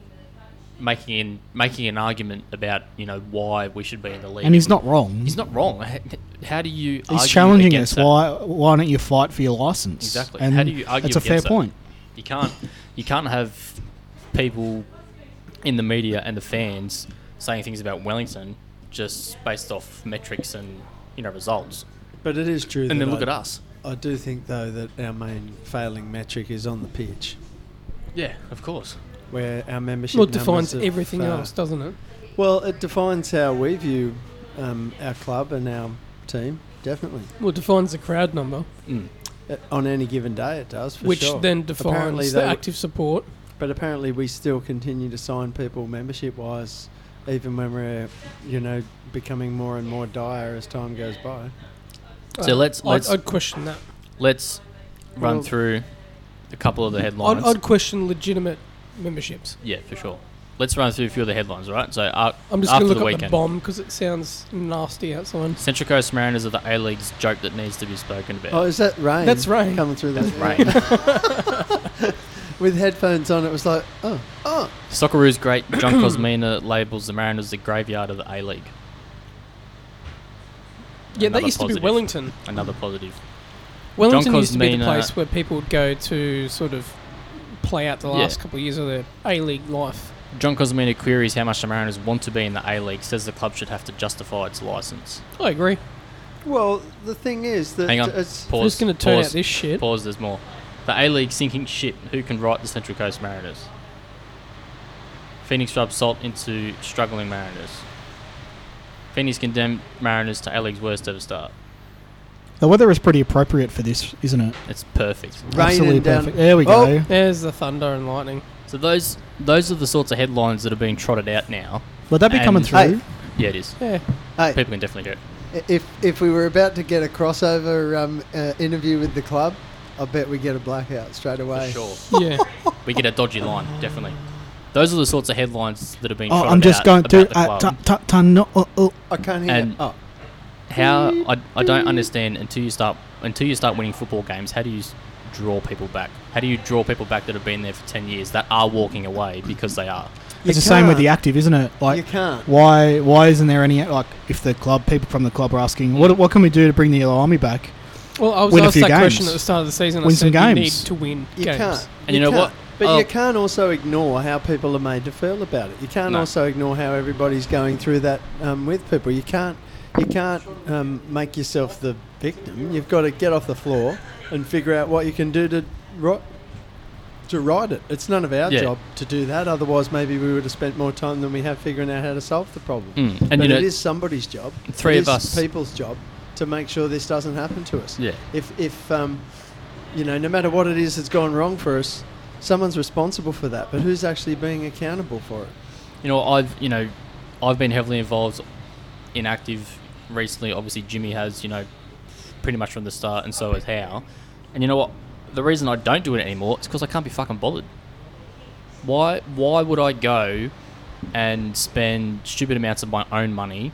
Speaker 2: making in making an argument about you know why we should be in the league.
Speaker 3: And he's not wrong.
Speaker 2: He's not wrong. H- How do you?
Speaker 3: He's
Speaker 2: argue
Speaker 3: challenging
Speaker 2: against
Speaker 3: us.
Speaker 2: that?
Speaker 3: Why? Why don't you fight for your license?
Speaker 2: Exactly.
Speaker 3: And
Speaker 2: How do you argue?
Speaker 3: That's a fair
Speaker 2: against that?
Speaker 3: point.
Speaker 2: You can't. You can't have people in the media and the fans saying things about Wellington just based off metrics and you know results.
Speaker 4: But it is true.
Speaker 2: And
Speaker 4: that
Speaker 2: then look
Speaker 4: I-
Speaker 2: at us.
Speaker 4: I do think though that our main failing metric is on the pitch,
Speaker 2: Yeah, of course.
Speaker 4: where our membership
Speaker 1: Well, it
Speaker 4: numbers
Speaker 1: defines
Speaker 4: have,
Speaker 1: everything
Speaker 4: uh,
Speaker 1: else, doesn't it?
Speaker 4: Well, it defines how we view um, our club and our team. Definitely,
Speaker 1: Well, it defines the crowd number,
Speaker 2: Mm.
Speaker 4: Uh, on any given day, it does. For
Speaker 1: which
Speaker 4: sure.
Speaker 1: then
Speaker 4: Apparently
Speaker 1: defines the
Speaker 4: they-
Speaker 1: active support.
Speaker 4: But apparently, we still continue to sign people membership-wise, even when we're, you know, becoming more and more dire as time goes by.
Speaker 2: So let's-
Speaker 1: Uh, I'd,
Speaker 2: let's-
Speaker 1: I'd question that.
Speaker 2: Let's run
Speaker 4: Well-
Speaker 2: through a couple of the
Speaker 1: I'd,
Speaker 2: headlines.
Speaker 1: I'd question legitimate memberships.
Speaker 2: yeah, for sure. Let's run through a few of the headlines, right? So uh,
Speaker 1: I'm just
Speaker 2: after
Speaker 1: going to
Speaker 2: the
Speaker 1: look up the
Speaker 2: weekend,
Speaker 1: bomb because it sounds nasty outside.
Speaker 2: Central Coast Mariners are the A League's joke that needs to be spoken about.
Speaker 4: Oh, is that rain?
Speaker 1: That's rain.
Speaker 4: coming through.
Speaker 2: That's
Speaker 4: <laughs> the-
Speaker 2: rain.
Speaker 4: With headphones on, it was like, oh, oh.
Speaker 2: Socceroos great John Cosmina labels the Mariners the graveyard of the A League.
Speaker 1: Yeah, that
Speaker 2: Another
Speaker 1: used to
Speaker 2: positive.
Speaker 1: be Wellington.
Speaker 2: Another positive.
Speaker 1: Wellington used to be the
Speaker 2: Cosmina-
Speaker 1: place where people would go to sort of play out the
Speaker 2: Yeah.
Speaker 1: last couple of years of their A League life.
Speaker 2: John Cosmina queries how much the Mariners want to be in the A League. Says the club should have to justify its license.
Speaker 1: I agree.
Speaker 4: Well, the thing is that
Speaker 2: Hang on,
Speaker 4: it's
Speaker 2: pause.
Speaker 1: Who's going to turn
Speaker 2: pause,
Speaker 1: out this shit?
Speaker 2: Pause. There's more. The A League sinking ship. Who can right the Central Coast Mariners? Phoenix rubs salt into struggling Mariners. Phoenix condemned Mariners to A League's worst ever start.
Speaker 3: The weather is pretty appropriate for this, isn't it?
Speaker 2: It's perfect.
Speaker 4: Raining
Speaker 3: Absolutely
Speaker 4: down-
Speaker 3: perfect. There we
Speaker 4: Oh.
Speaker 3: go.
Speaker 1: There's the thunder and lightning.
Speaker 2: So those those are the sorts of headlines that are being trotted out now.
Speaker 3: Would that be coming
Speaker 2: And-
Speaker 3: through?
Speaker 4: Hey.
Speaker 2: Yeah, it is.
Speaker 1: Yeah.
Speaker 4: Hey,
Speaker 2: People can definitely do it.
Speaker 4: If if we were about to get a crossover um, uh, interview with the club, I bet we get a blackout straight away.
Speaker 2: For sure. <laughs>
Speaker 1: Yeah.
Speaker 2: We get a dodgy line, definitely. Those are the sorts of headlines that have been
Speaker 3: Oh,
Speaker 2: trotted
Speaker 3: I'm just
Speaker 2: out
Speaker 3: going
Speaker 2: about
Speaker 3: through.
Speaker 2: the
Speaker 3: Uh,
Speaker 2: club.
Speaker 3: tu- tu- tu- no, oh, oh.
Speaker 4: I can't hear.
Speaker 2: And-
Speaker 4: it. oh,
Speaker 2: how I, I don't understand until you start until you start winning football games, how do you s- draw people back? How do you draw people back that have been there for 10 years that are walking away because they are?
Speaker 4: You
Speaker 3: It's the same with the
Speaker 4: can't.
Speaker 3: active, isn't it?
Speaker 4: you
Speaker 3: Like,
Speaker 4: can't.
Speaker 3: why why isn't there any like if the club people from the club are asking what what can we do to bring the yellow army back?
Speaker 1: Well, I was
Speaker 3: Win a
Speaker 1: asked
Speaker 3: few
Speaker 1: that question
Speaker 3: games.
Speaker 1: at the start of the season. I
Speaker 3: Win
Speaker 1: said
Speaker 3: some
Speaker 1: you need
Speaker 3: games.
Speaker 1: to win
Speaker 4: You
Speaker 1: games.
Speaker 4: can't.
Speaker 2: And you know
Speaker 4: can't.
Speaker 2: what?
Speaker 4: But
Speaker 2: Oh.
Speaker 4: you can't also ignore how people are made to feel about it. You can't
Speaker 2: No.
Speaker 4: also ignore how everybody's going through that um, with people. You can't. You can't um, make yourself the victim. You've got to get off the floor and figure out what you can do to right to right it. It's none of our
Speaker 2: Yeah.
Speaker 4: job to do that. Otherwise, maybe we would have spent more time than we have figuring out how to solve the problem.
Speaker 2: Mm. And
Speaker 4: but
Speaker 2: you know,
Speaker 4: it is somebody's job.
Speaker 2: three
Speaker 4: It
Speaker 2: of
Speaker 4: is
Speaker 2: us-
Speaker 4: people's job, to make sure this doesn't happen to us.
Speaker 2: Yeah.
Speaker 4: If if um, you know, no matter what it is that's gone wrong for us, someone's responsible for that. But who's actually being accountable for it?
Speaker 2: you know, I've you know, I've been heavily involved in active recently. Obviously, Jimmy has you know, pretty much from the start, and so has How. And you know what? The reason I don't do it anymore is because I can't be fucking bothered. Why? Why would I go and spend stupid amounts of my own money,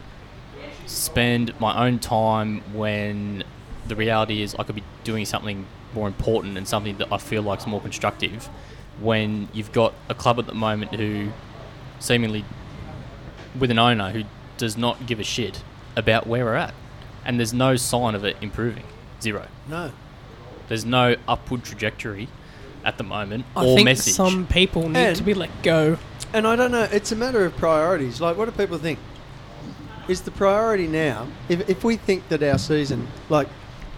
Speaker 2: spend my own time when the reality is I could be doing something more important and something that I feel like is more constructive? When you've got a club at the moment who seemingly with an owner who does not give a shit about where we're at. And there's no sign of it improving. Zero.
Speaker 4: No.
Speaker 2: There's no upward trajectory at the moment
Speaker 1: I
Speaker 2: or
Speaker 1: think
Speaker 2: message.
Speaker 1: some people need
Speaker 4: And-
Speaker 1: to be let go.
Speaker 4: And I don't know. It's a matter of priorities. Like, what do people think? Is the priority now? If if we think that our season, like,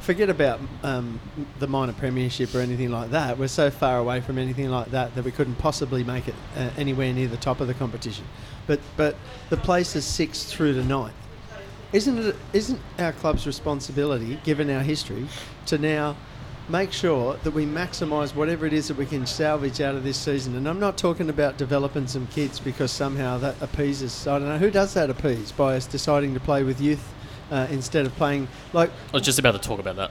Speaker 4: forget about um, the minor premiership or anything like that. We're so far away from anything like that that we couldn't possibly make it uh, anywhere near the top of the competition. But but the place is sixth through to ninth. isn't it isn't our club's responsibility, given our history, to now make sure that we maximise whatever it is that we can salvage out of this season? And I'm not talking about developing some kids because somehow that appeases. I don't know who does that appease by us deciding to play with youth uh, instead of playing like
Speaker 2: I was just about to talk about that.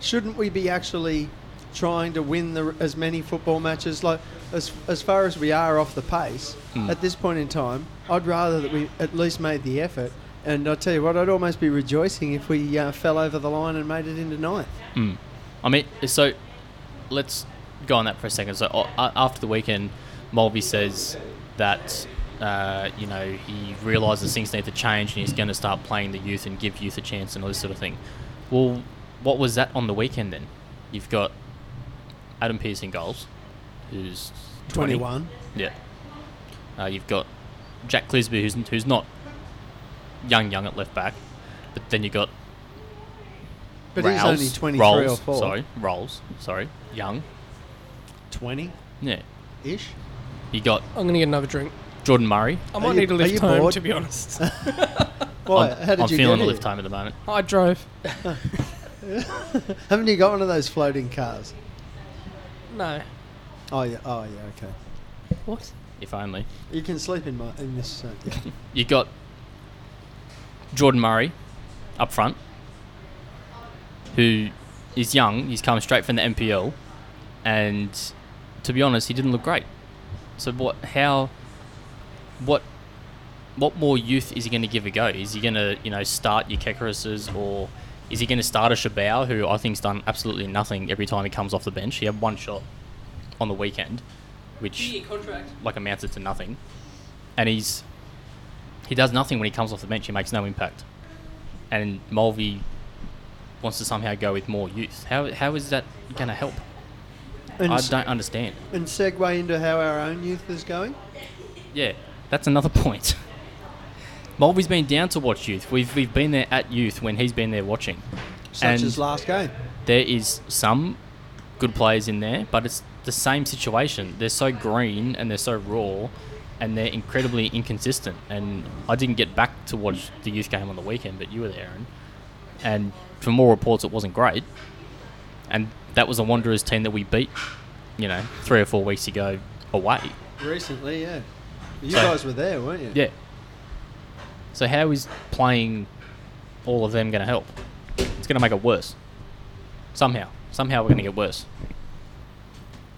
Speaker 4: shouldn't we be actually trying to win the, as many football matches? Like, as, as far as we are off the pace
Speaker 2: Hmm.
Speaker 4: at this point in time, I'd rather that we at least made the effort. And I tell you what, I'd almost be rejoicing if we uh, fell over the line and made it into ninth.
Speaker 2: I mean, so let's go on that for a second. So a- a- after the weekend, Mulvey says that uh, you know he realizes things need to change and he's going to start playing the youth and give youth a chance and all this sort of thing. Well, what was that on the weekend then? You've got Adam Pearce in goals, who's 20.
Speaker 4: Twenty-one.
Speaker 2: Yeah. Uh, you've got Jack Clisby, who's who's not young young at left back, but then you got
Speaker 4: But
Speaker 2: Rouse,
Speaker 4: he's only 23
Speaker 2: Rolls,
Speaker 4: or 4.
Speaker 2: Sorry, Rolls. Sorry, young.
Speaker 4: 20
Speaker 2: Yeah.
Speaker 4: ish.
Speaker 2: You got
Speaker 1: I'm going to get another drink.
Speaker 2: Jordan Murray.
Speaker 1: I
Speaker 4: Are
Speaker 1: might
Speaker 4: you-
Speaker 1: need a
Speaker 4: are
Speaker 1: lift
Speaker 4: you
Speaker 1: home,
Speaker 4: bored?
Speaker 1: to be
Speaker 4: <laughs>
Speaker 1: honest.
Speaker 4: Why?
Speaker 2: I'm,
Speaker 4: How did
Speaker 2: I'm
Speaker 4: you
Speaker 2: feeling a
Speaker 4: get here?
Speaker 2: lift home at the moment.
Speaker 1: I drove.
Speaker 4: Haven't you got one of those floating cars?
Speaker 1: No.
Speaker 4: Oh yeah. Oh yeah. Okay.
Speaker 1: What?
Speaker 2: If only.
Speaker 4: You can sleep in my in this.
Speaker 2: <laughs>
Speaker 4: Uh, yeah.
Speaker 2: You got Jordan Murray up front, who is young. He's come straight from the NPL, and to be honest, he didn't look great. So what? How? What? What more youth is he going to give a go? Is he going to you know start your Kekarises or? Is he going to start a Shabao, who I think's done absolutely nothing every time he comes off the bench? He had one shot on the weekend, which
Speaker 1: contract.
Speaker 2: like amounted to nothing. And he's he does nothing when he comes off the bench. He makes no impact. And Mulvey wants to somehow go with more youth. How how is that going to help?
Speaker 4: And,
Speaker 2: I
Speaker 4: s-
Speaker 2: don't understand.
Speaker 4: and segue into how our own youth is going.
Speaker 2: Yeah, that's another <laughs> point. Mulvey's been down to watch youth. We've we've been there at youth when he's been there watching.
Speaker 4: Such
Speaker 2: And-
Speaker 4: as last game.
Speaker 2: there is some good players in there, but it's the same situation. They're so green and they're so raw and they're incredibly inconsistent. And I didn't get back to watch the youth game on the weekend, but you were there, Aaron. And from all reports, it wasn't great. And that was a Wanderers team that we beat, you know, three or four weeks ago away.
Speaker 4: Recently, yeah. You
Speaker 2: So-
Speaker 4: guys were there, weren't you?
Speaker 2: Yeah. So, how is playing all of them going to help? It's going to make it worse. Somehow. Somehow we're going to get worse.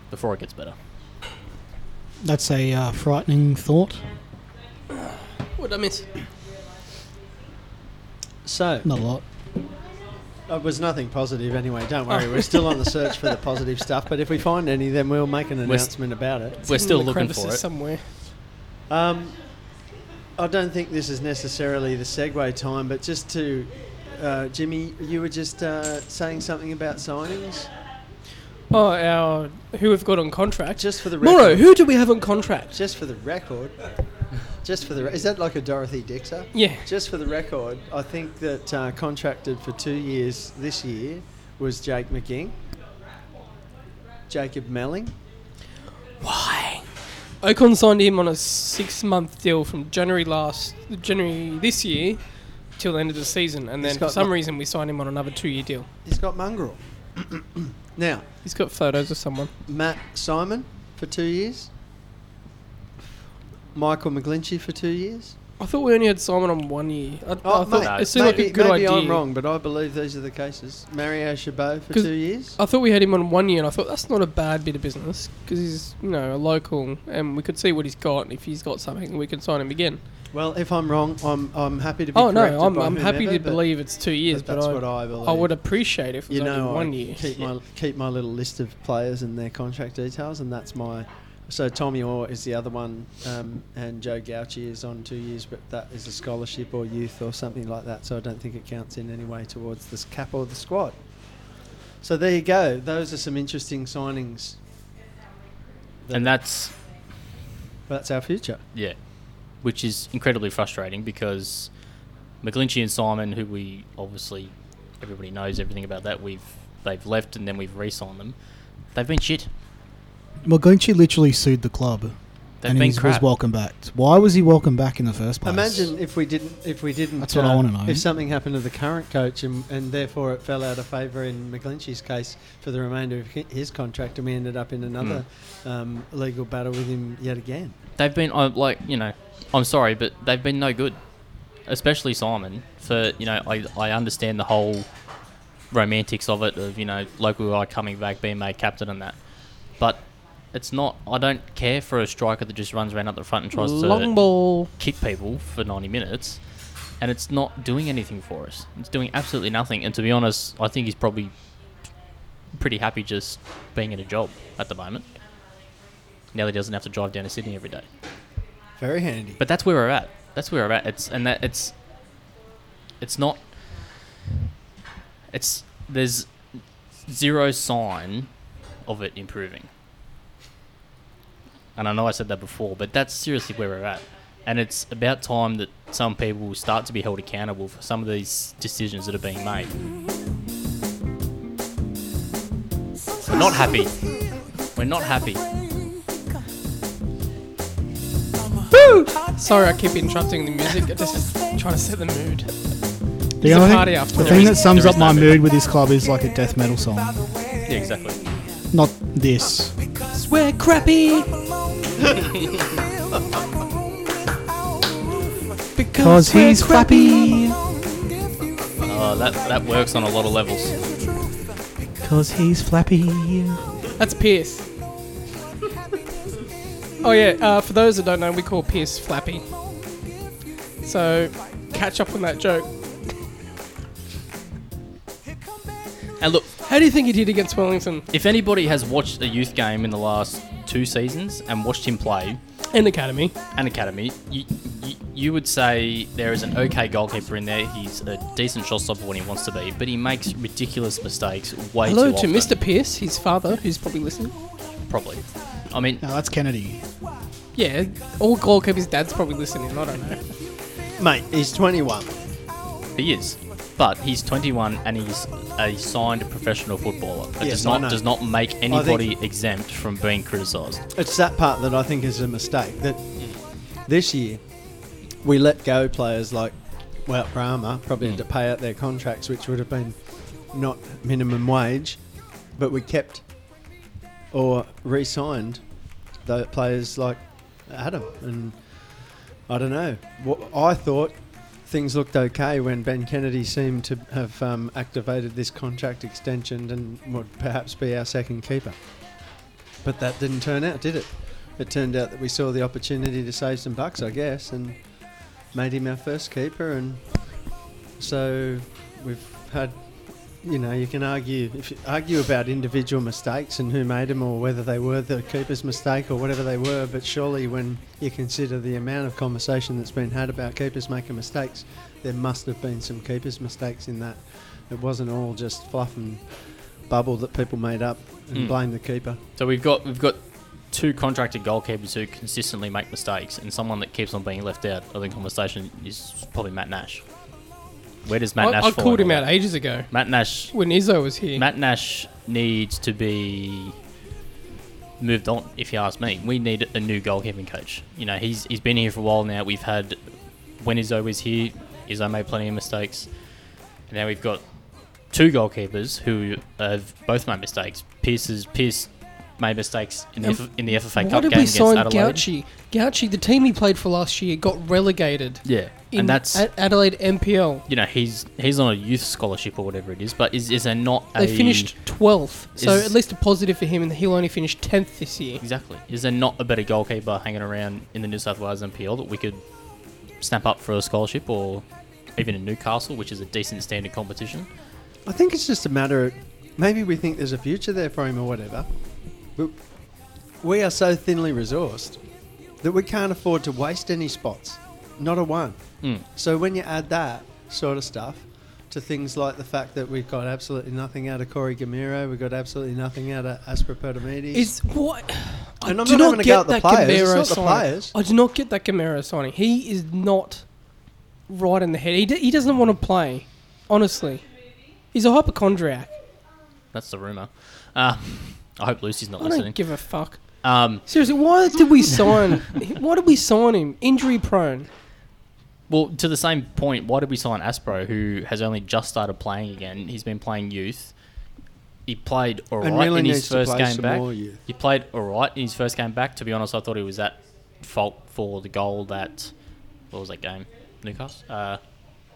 Speaker 2: Before it gets better.
Speaker 3: That's a uh, frightening thought.
Speaker 1: What did I miss?
Speaker 4: So uh,
Speaker 3: Not a lot.
Speaker 4: it was nothing positive anyway. Don't <laughs> worry, we're still on the search for the positive stuff. But if we find any, then we'll make an
Speaker 2: We're s-
Speaker 4: announcement about it.
Speaker 2: We're
Speaker 1: It's in
Speaker 2: still
Speaker 1: the
Speaker 2: looking for
Speaker 1: crevices
Speaker 2: it.
Speaker 1: somewhere.
Speaker 4: Um, I don't think this is necessarily the segue time, but just to uh, Jimmy, you were just uh, saying something about signings.
Speaker 1: Oh, our who we've got on contract.
Speaker 4: Just for the record,
Speaker 1: Moro, who do we have on contract?
Speaker 4: just for the record, just for the re- is that like a Dorothy Dixer?
Speaker 1: Yeah.
Speaker 4: Just for the record, I think that uh, contracted for two years this year was Jake McGing, Jacob Melling,
Speaker 1: Why? Ocon signed him on a six-month deal from January last, January this year, till the end of the season, and
Speaker 4: He's
Speaker 1: then for
Speaker 4: got
Speaker 1: some
Speaker 4: no-
Speaker 1: reason we signed him on another two-year deal.
Speaker 4: he's got Mungrel. <clears throat> now,
Speaker 1: He's got photos of someone.
Speaker 4: Matt Simon for two years. Michael McGlinchey for two years.
Speaker 1: I thought we only had Simon on one year. I, Oh, I thought
Speaker 4: Oh, mate,
Speaker 1: it seemed like a
Speaker 4: maybe-
Speaker 1: good
Speaker 4: maybe
Speaker 1: idea.
Speaker 4: I'm wrong, but I believe these are the cases. Mario Chabot for
Speaker 1: 'Cause-
Speaker 4: two years.
Speaker 1: I thought we had him on one year, and I thought that's not a bad bit of business because he's you know a local, and we could see what he's got, and if he's got something, we can sign him again.
Speaker 4: Well, if I'm wrong, I'm I'm happy to be.
Speaker 1: Oh
Speaker 4: corrected
Speaker 1: no, I'm,
Speaker 4: by
Speaker 1: I'm happy
Speaker 4: whomever,
Speaker 1: to
Speaker 4: but
Speaker 1: believe it's two years, but,
Speaker 4: that's
Speaker 1: I,
Speaker 4: what I believe.
Speaker 1: I would appreciate if it was
Speaker 4: You know,
Speaker 1: only one
Speaker 4: I
Speaker 1: year.
Speaker 4: keep my keep my little list of players and their contract details, and that's my. So Tommy Orr is the other one, um, and Joe Gauchi is on two years, but that is a scholarship or youth or something like that. So I don't think it counts in any way towards this cap or the squad. So there you go. Those are some interesting signings.
Speaker 2: And that's
Speaker 4: That's our future.
Speaker 2: yeah. Which is incredibly frustrating because McGlinchey and Simon, who we obviously everybody knows everything about that, we've they've left and then we've re signed them. They've been shit.
Speaker 3: McGlinchey literally sued the club,
Speaker 2: They've
Speaker 3: and
Speaker 2: been
Speaker 3: he was
Speaker 2: crap.
Speaker 3: welcome back. Why was he welcome back in the first place?
Speaker 4: Imagine if we didn't. If we didn't. uh,
Speaker 3: That's what I wanna know.
Speaker 4: If something happened to the current coach, and, and therefore it fell out of favour in McGlinchey's case for the remainder of hi- his contract, and we ended up in another
Speaker 3: Hmm.
Speaker 4: um, legal battle with him yet again.
Speaker 2: They've been uh, like you know, I'm sorry, but they've been no good, especially Simon. For you know, I I understand the whole romantics of it of you know local guy coming back being made captain and that, but it's not. I don't care for a striker that just runs around up the front and tries
Speaker 1: Long
Speaker 2: to
Speaker 1: ball.
Speaker 2: kick people for 90 minutes, and it's not doing anything for us. It's doing absolutely nothing. And to be honest, I think he's probably pretty happy just being in a job at the moment. Now he doesn't have to drive down to Sydney every day.
Speaker 4: Very handy.
Speaker 2: But that's where we're at. That's where we're at. It's and that it's it's not it's there's zero sign of it improving. And I know I said that before, but that's seriously where we're at. And it's about time that some people will start to be held accountable for some of these decisions that are being made. We're not happy. We're not happy.
Speaker 1: Sorry, I keep interrupting the music. I'm just trying to set the mood.
Speaker 3: The,
Speaker 1: It's a
Speaker 3: only
Speaker 1: party
Speaker 3: thing,
Speaker 1: after
Speaker 3: the
Speaker 1: all.
Speaker 3: thing
Speaker 2: There
Speaker 3: that
Speaker 2: is-
Speaker 3: sums
Speaker 2: there is
Speaker 3: up my
Speaker 2: no-
Speaker 3: mood with this club is like a death metal song.
Speaker 2: Yeah, exactly.
Speaker 3: Not this.
Speaker 1: We're crappy
Speaker 3: Because he's flappy.
Speaker 2: Uh, that that works on a lot of levels.
Speaker 3: Because he's flappy.
Speaker 1: That's Pierce. oh yeah, uh, for those that don't know, we call Pierce Flappy. So catch up on that joke.
Speaker 2: And look,
Speaker 1: How do you think he did against Wellington
Speaker 2: if anybody has watched a youth game in the last two seasons and watched him play
Speaker 1: in academy?
Speaker 2: an academy, you, you, you would say there is an okay goalkeeper in there. He's a decent shot stopper when he wants to be, but he makes ridiculous mistakes way
Speaker 1: Hello
Speaker 2: too
Speaker 1: to
Speaker 2: often.
Speaker 1: Mr. Pierce, his father, who's probably listening.
Speaker 2: Probably. I mean,
Speaker 3: No, that's Kennedy.
Speaker 1: Yeah, all goalkeepers' dad's probably listening. I don't know.
Speaker 4: Mate, he's 21.
Speaker 2: he is, but he's 21 and he's a signed professional footballer. It
Speaker 4: Yes,
Speaker 2: does
Speaker 4: I
Speaker 2: not
Speaker 4: know.
Speaker 2: does not make anybody exempt from being criticised.
Speaker 4: It's that part that I think is a mistake. That this year we let go players like well Brahma probably had to pay out their contracts, which would have been not minimum wage, but we kept or re-signed the players like Adam and I don't know. What I thought things looked okay when Ben Kennedy seemed to have um, activated this contract extension and would perhaps be our second keeper. But that didn't turn out, did it? It turned out that we saw the opportunity to save some bucks, I guess, and made him our first keeper. And so we've had, you know, you can argue if you argue about individual mistakes and who made them or whether they were the keeper's mistake or whatever they were. But surely, when you consider the amount of conversation that's been had about keepers making mistakes, there must have been some keepers' mistakes in that. It wasn't all just fluff and bubble that people made up and
Speaker 2: Mm.
Speaker 4: blame the keeper.
Speaker 2: So we've got we've got two contracted goalkeepers who consistently make mistakes, and someone that keeps on being left out of the conversation is probably Matt Nash. Where does Matt
Speaker 1: I,
Speaker 2: Nash?
Speaker 1: I
Speaker 2: fall
Speaker 1: called
Speaker 2: in
Speaker 1: him
Speaker 2: all
Speaker 1: out
Speaker 2: that?
Speaker 1: ages ago
Speaker 2: Matt Nash.
Speaker 1: when Izzo was here.
Speaker 2: Matt Nash needs to be moved on. If you ask me, we need a new goalkeeping coach. You know, he's he's been here for a while now. We've had when Izzo was here, Izzo made plenty of mistakes, and now we've got two goalkeepers who have both made mistakes. Pierce is, Pierce made mistakes in the,
Speaker 1: Um,
Speaker 2: F- in the FFA
Speaker 1: Why
Speaker 2: Cup
Speaker 1: did
Speaker 2: game
Speaker 1: we
Speaker 2: against
Speaker 1: sign
Speaker 2: Adelaide.
Speaker 1: Gauchi? Gauchi, the team he played for last year, got relegated.
Speaker 2: Yeah,
Speaker 1: in
Speaker 2: and that's
Speaker 1: Ad- Adelaide MPL.
Speaker 2: you know he's he's on a youth scholarship or whatever it is, but is is there not
Speaker 1: They
Speaker 2: a
Speaker 1: finished 12th, so
Speaker 2: Is-
Speaker 1: at least a positive for him, and he'll only finish 10th this year.
Speaker 2: Exactly. Is there not a better goalkeeper hanging around in the New South Wales NPL that we could snap up for a scholarship or even in Newcastle, which is a decent standard competition?
Speaker 4: I think it's just a matter of maybe we think there's a future there for him or whatever. But we are so thinly resourced that we can't afford to waste any spots, not a one.
Speaker 2: Mm.
Speaker 4: So when you add that sort of stuff to things like the fact that we got absolutely nothing out of Corey Gamiro, we got absolutely nothing out of Aspropotamidis.
Speaker 1: Is what? I
Speaker 4: And I'm
Speaker 1: do
Speaker 4: not having a go
Speaker 1: get
Speaker 4: at the
Speaker 1: that
Speaker 4: players, it's
Speaker 1: Gamero
Speaker 4: not the
Speaker 1: signing.
Speaker 4: players.
Speaker 1: I do not get that Gamero signing. He is not right in the head. He, d- he doesn't want to play. Honestly, he's a hypochondriac.
Speaker 2: That's the rumor. Uh, <laughs> I hope Lucy's not
Speaker 1: I don't
Speaker 2: listening.
Speaker 1: give a fuck.
Speaker 2: Um,
Speaker 1: Seriously, why did we <laughs> sign? why did we sign him? Injury prone.
Speaker 2: well, to the same point, why did we sign Aspro, who has only just started playing again? He's been playing youth. He played all right
Speaker 4: and really
Speaker 2: in
Speaker 4: needs
Speaker 2: his
Speaker 4: to
Speaker 2: first
Speaker 4: play
Speaker 2: game
Speaker 4: some
Speaker 2: back.
Speaker 4: more youth.
Speaker 2: He played all right in his first game back. To be honest, I thought he was at fault for the goal that what was that game? Newcastle. Uh,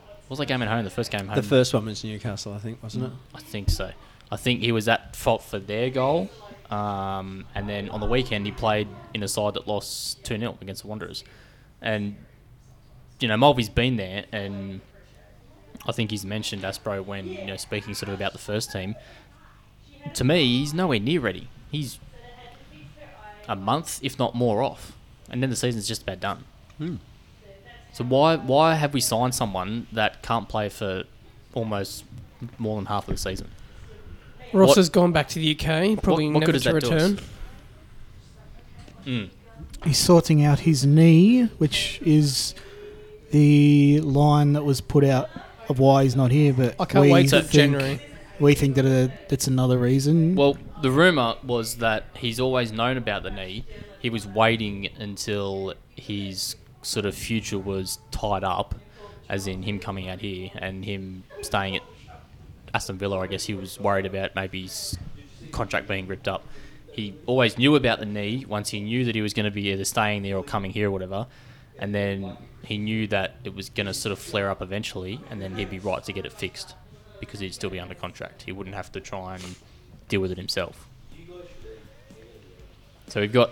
Speaker 2: what was that game at home? The first game home.
Speaker 4: The first one was Newcastle, I think, wasn't it?
Speaker 2: I think so. I think he was at fault for their goal. Um, and then on the weekend, he played in a side that lost 2 0 against the Wanderers. And, you know, Mulvey's been there, and I think he's mentioned Aspro when, you know, speaking sort of about the first team. To me, he's nowhere near ready. He's a month, if not more, off. And then the season's just about done. So why why have we signed someone that can't play for almost more than half of the season?
Speaker 1: Ross
Speaker 2: What-
Speaker 1: has gone back to the UK, probably
Speaker 2: what
Speaker 1: never
Speaker 2: good does
Speaker 1: to
Speaker 2: that do us?
Speaker 1: return.
Speaker 2: Mm.
Speaker 3: He's sorting out his knee, which is the line that was put out of why he's not here. But
Speaker 1: I can't
Speaker 3: we
Speaker 1: wait till
Speaker 3: think,
Speaker 1: January.
Speaker 3: We think that uh, that's another reason.
Speaker 2: Well, the rumor was that he's always known about the knee. He was waiting until his sort of future was tied up, as in him coming out here and him staying at Aston Villa. I guess he was worried about maybe his contract being ripped up. He always knew about the knee. Once he knew that he was going to be either staying there or coming here or whatever, and then he knew that it was going to sort of flare up eventually, and then he'd be right to get it fixed because he'd still be under contract. He wouldn't have to try and deal with it himself. So we've got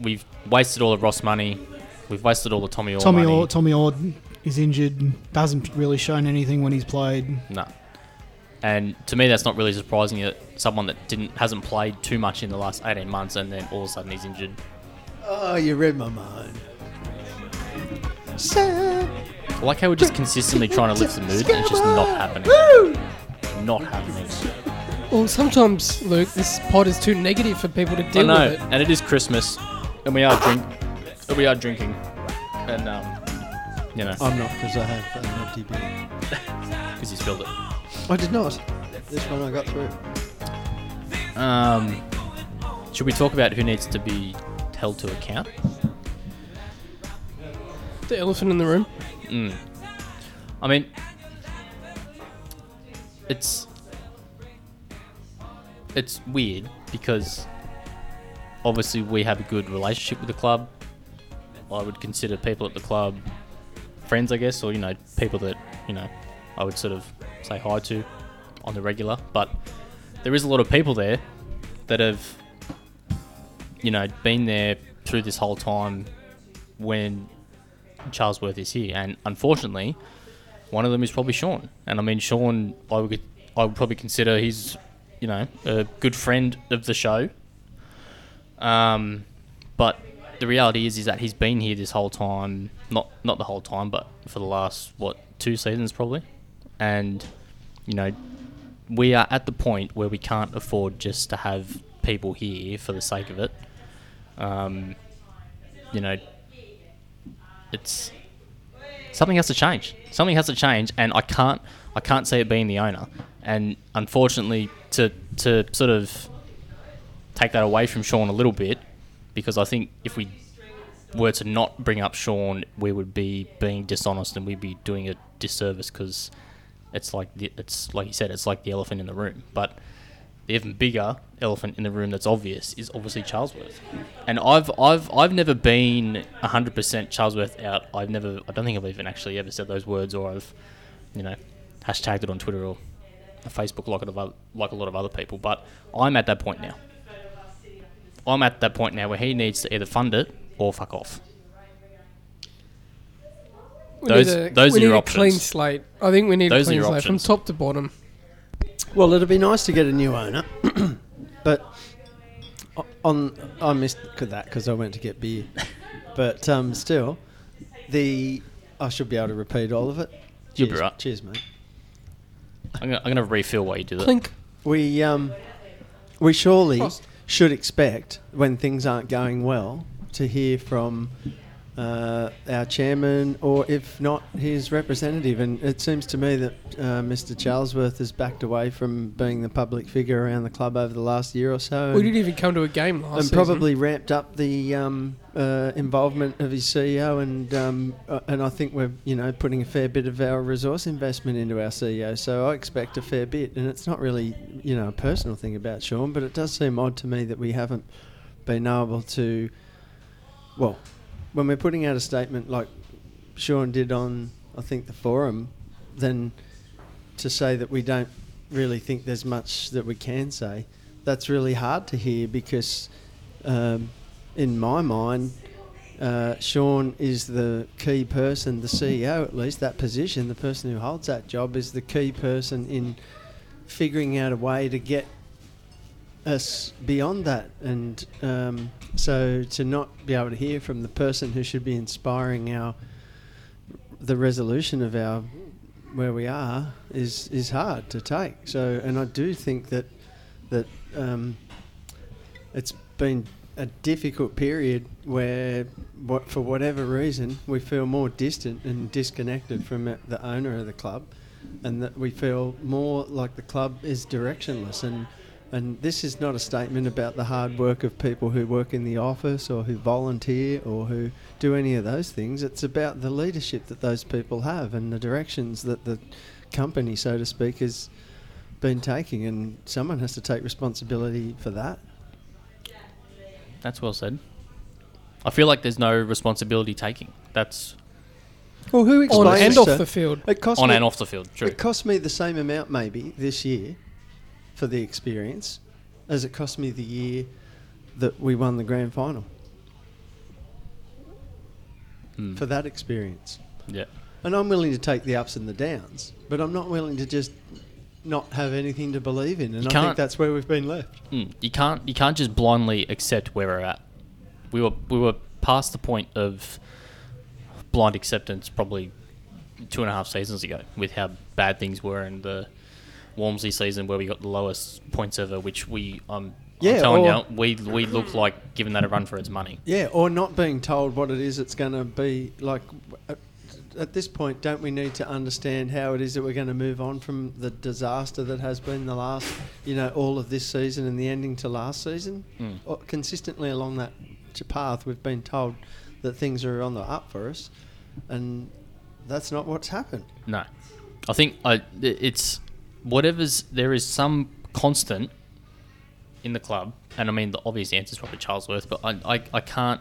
Speaker 2: we've wasted all of Ross money. We've wasted all the Tommy Orr
Speaker 3: Tommy
Speaker 2: money.
Speaker 3: Ord, Tommy Ord is injured. Hasn't really shown anything when he's played.
Speaker 2: No. And to me, that's not really surprising that someone that didn't hasn't played too much in the last 18 months and then all of a sudden he's injured.
Speaker 4: Oh, you read my mind.
Speaker 2: I like how we're just consistently trying to lift the mood and it's just not happening. Not happening.
Speaker 1: Well, sometimes, Luke, this pod is too negative for people to
Speaker 2: I
Speaker 1: deal
Speaker 2: know,
Speaker 1: with it.
Speaker 2: and it is Christmas, and we are drink, and we are drinking, and um, you know,
Speaker 4: I'm not because I have um, an empty beer.
Speaker 2: because you spilled it.
Speaker 4: I did not. This one I got through.
Speaker 2: Um, should we talk about who needs to be held to account?
Speaker 1: The elephant in the room.
Speaker 2: Mm. I mean, it's it's weird because obviously we have a good relationship with the club. I would consider people at the club friends, I guess, or you know, people that you know I would sort of say hi to on the regular. But there is a lot of people there that have you know been there through this whole time when Charlesworth is here, and unfortunately, one of them is probably Sean. And I mean, Sean, I would I would probably consider he's, you know, a good friend of the show. Um, but the reality is, is that he's been here this whole time, not not the whole time, but for the last what two seasons probably, and you know, we are at the point where we can't afford just to have people here for the sake of it. Um, you know, it's something has to change. Something has to change, and I can't I can't see it being the owner. And unfortunately, to to sort of take that away from Sean a little bit, because I think if we were to not bring up Sean, we would be being dishonest and we'd be doing a disservice because it's like the, it's like you said, it's like the elephant in the room. But the even bigger elephant in the room that's obvious is obviously Charlesworth. And I've I've I've never been 100% Charlesworth out. I've never I don't think I've even actually ever said those words or I've you know hashtagged it on Twitter or Facebook like a lot of oth- like a lot of other people, but I'm at that point now. I'm at that point now where he needs to either fund it or fuck off.
Speaker 1: We
Speaker 2: Those-
Speaker 1: need a,
Speaker 2: those
Speaker 1: we
Speaker 2: are your
Speaker 1: need a
Speaker 2: options.
Speaker 1: clean slate. I think we need
Speaker 2: Those
Speaker 1: a
Speaker 2: are
Speaker 1: clean
Speaker 2: your
Speaker 1: slate
Speaker 2: options.
Speaker 1: from top to bottom.
Speaker 4: Well, it'd be nice to get a new owner, <clears throat> but o- on I missed c- that because I went to get beer. But um, still, the I should be able to repeat all of it.
Speaker 2: You'll
Speaker 4: Cheers,
Speaker 2: be right.
Speaker 4: Cheers, mate.
Speaker 2: I'm gonna, I'm gonna refill while you do that.
Speaker 1: Clink.
Speaker 4: We um, we surely
Speaker 1: Prost.
Speaker 4: should expect when things aren't going well to hear from uh, our chairman or if not his representative. And it seems to me that uh, Mr. Charlesworth has backed away from being the public figure around the club over the last year or so.
Speaker 1: We
Speaker 4: and-
Speaker 1: didn't even come to a game last
Speaker 4: and
Speaker 1: season.
Speaker 4: probably ramped up the um, uh, involvement of his CEO, and um, uh, and I think we're you know putting a fair bit of our resource investment into our CEO. So I expect a fair bit, and it's not really you know a personal thing about Sean, but it does seem odd to me that we haven't been able to. Well, when we're putting out a statement like Sean did on I think the forum, then to say that we don't really think there's much that we can say that's really hard to hear because, um, in my mind, uh, Sean is the key person, the CEO at least, that position, the person who holds that job is the key person in figuring out a way to get us beyond that. And um, so to not be able to hear from the person who should be inspiring our the resolution of our where we are is is hard to take. So, and I do think that that um, it's been a difficult period where, what, for whatever reason, we feel more distant and disconnected from it- the owner of the club, and that we feel more like the club is directionless. And and this is not a statement about the hard work of people who work in the office or who volunteer or who do any of those things. It's about the leadership that those people have and the directions that the company, so to speak, has been taking. And someone has to take responsibility for that.
Speaker 2: That's well said. I feel like there's no responsibility taking. That's
Speaker 4: Well, who
Speaker 1: On
Speaker 4: explains
Speaker 1: and off the field.
Speaker 4: It cost
Speaker 2: on
Speaker 4: me,
Speaker 2: and off the field. True.
Speaker 4: It cost me the same amount maybe this year for the experience as it cost me the year that we won the grand final
Speaker 2: Hmm.
Speaker 4: for that experience.
Speaker 2: Yeah.
Speaker 4: And I'm willing to take the ups and the downs, but I'm not willing to just not have anything to believe in. And I think
Speaker 2: can't-
Speaker 4: that's where we've been left.
Speaker 2: Mm, you can't you can't just blindly accept where we're at. We were we were past the point of blind acceptance probably two and a half seasons ago with how bad things were in the Walmsley season where we got the lowest points ever, which we um,
Speaker 4: Yeah,
Speaker 2: I'm telling
Speaker 4: or-
Speaker 2: you, we we look like giving that a run for its money.
Speaker 4: Yeah, or not being told what it is it's going to be like. At, at this point, don't we need to understand how it is that we're going to move on from the disaster that has been the last, you know, all of this season and the ending to last season?
Speaker 2: Mm.
Speaker 4: Or consistently along that t- path, we've been told that things are on the up for us, and that's not what's happened.
Speaker 2: No, I think I, it's whatever's there is some constant in the club, and I mean the obvious answer is probably Charlesworth, but I, I, I can't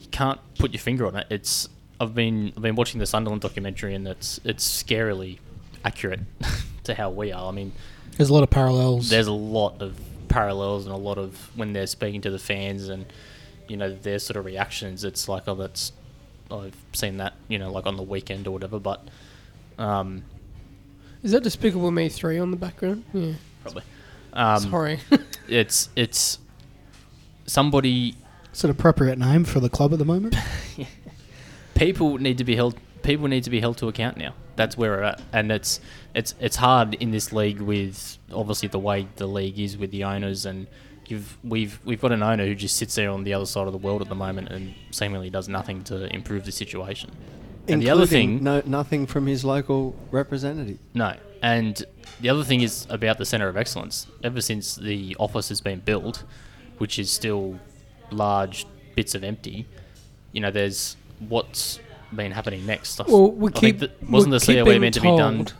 Speaker 2: you can't put your finger on it. It's I've been I've been watching the Sunderland documentary, and it's it's scarily accurate <laughs> to how we are. I mean,
Speaker 3: There's a lot of parallels.
Speaker 2: there's a lot of parallels and a lot of when they're speaking to the fans and you know their sort of reactions it's like oh that's i've seen that you know like on the weekend or whatever but um
Speaker 1: Is that Despicable Me 3 on the background? Yeah.
Speaker 2: probably um
Speaker 1: Sorry. <laughs>
Speaker 2: it's it's somebody
Speaker 3: it's an appropriate name for the club at the moment.
Speaker 2: people need to be held people need to be held to account now that's where we're at and it's it's it's hard in this league with obviously the way the league is with the owners and you've we've we've got an owner who just sits there on the other side of the world at the moment and seemingly does nothing to improve the situation and the other
Speaker 4: Including
Speaker 2: thing
Speaker 4: no, nothing from his local representative.
Speaker 2: No. And the other thing is about the Centre of Excellence. Ever since the office has been built, which is still large bits of empty, you know, there's what's been happening next. I-
Speaker 1: Well, we
Speaker 2: I
Speaker 1: keep-
Speaker 2: think that- wasn't
Speaker 1: we
Speaker 2: the
Speaker 1: keep
Speaker 2: COE
Speaker 1: being
Speaker 2: meant to be done
Speaker 1: told-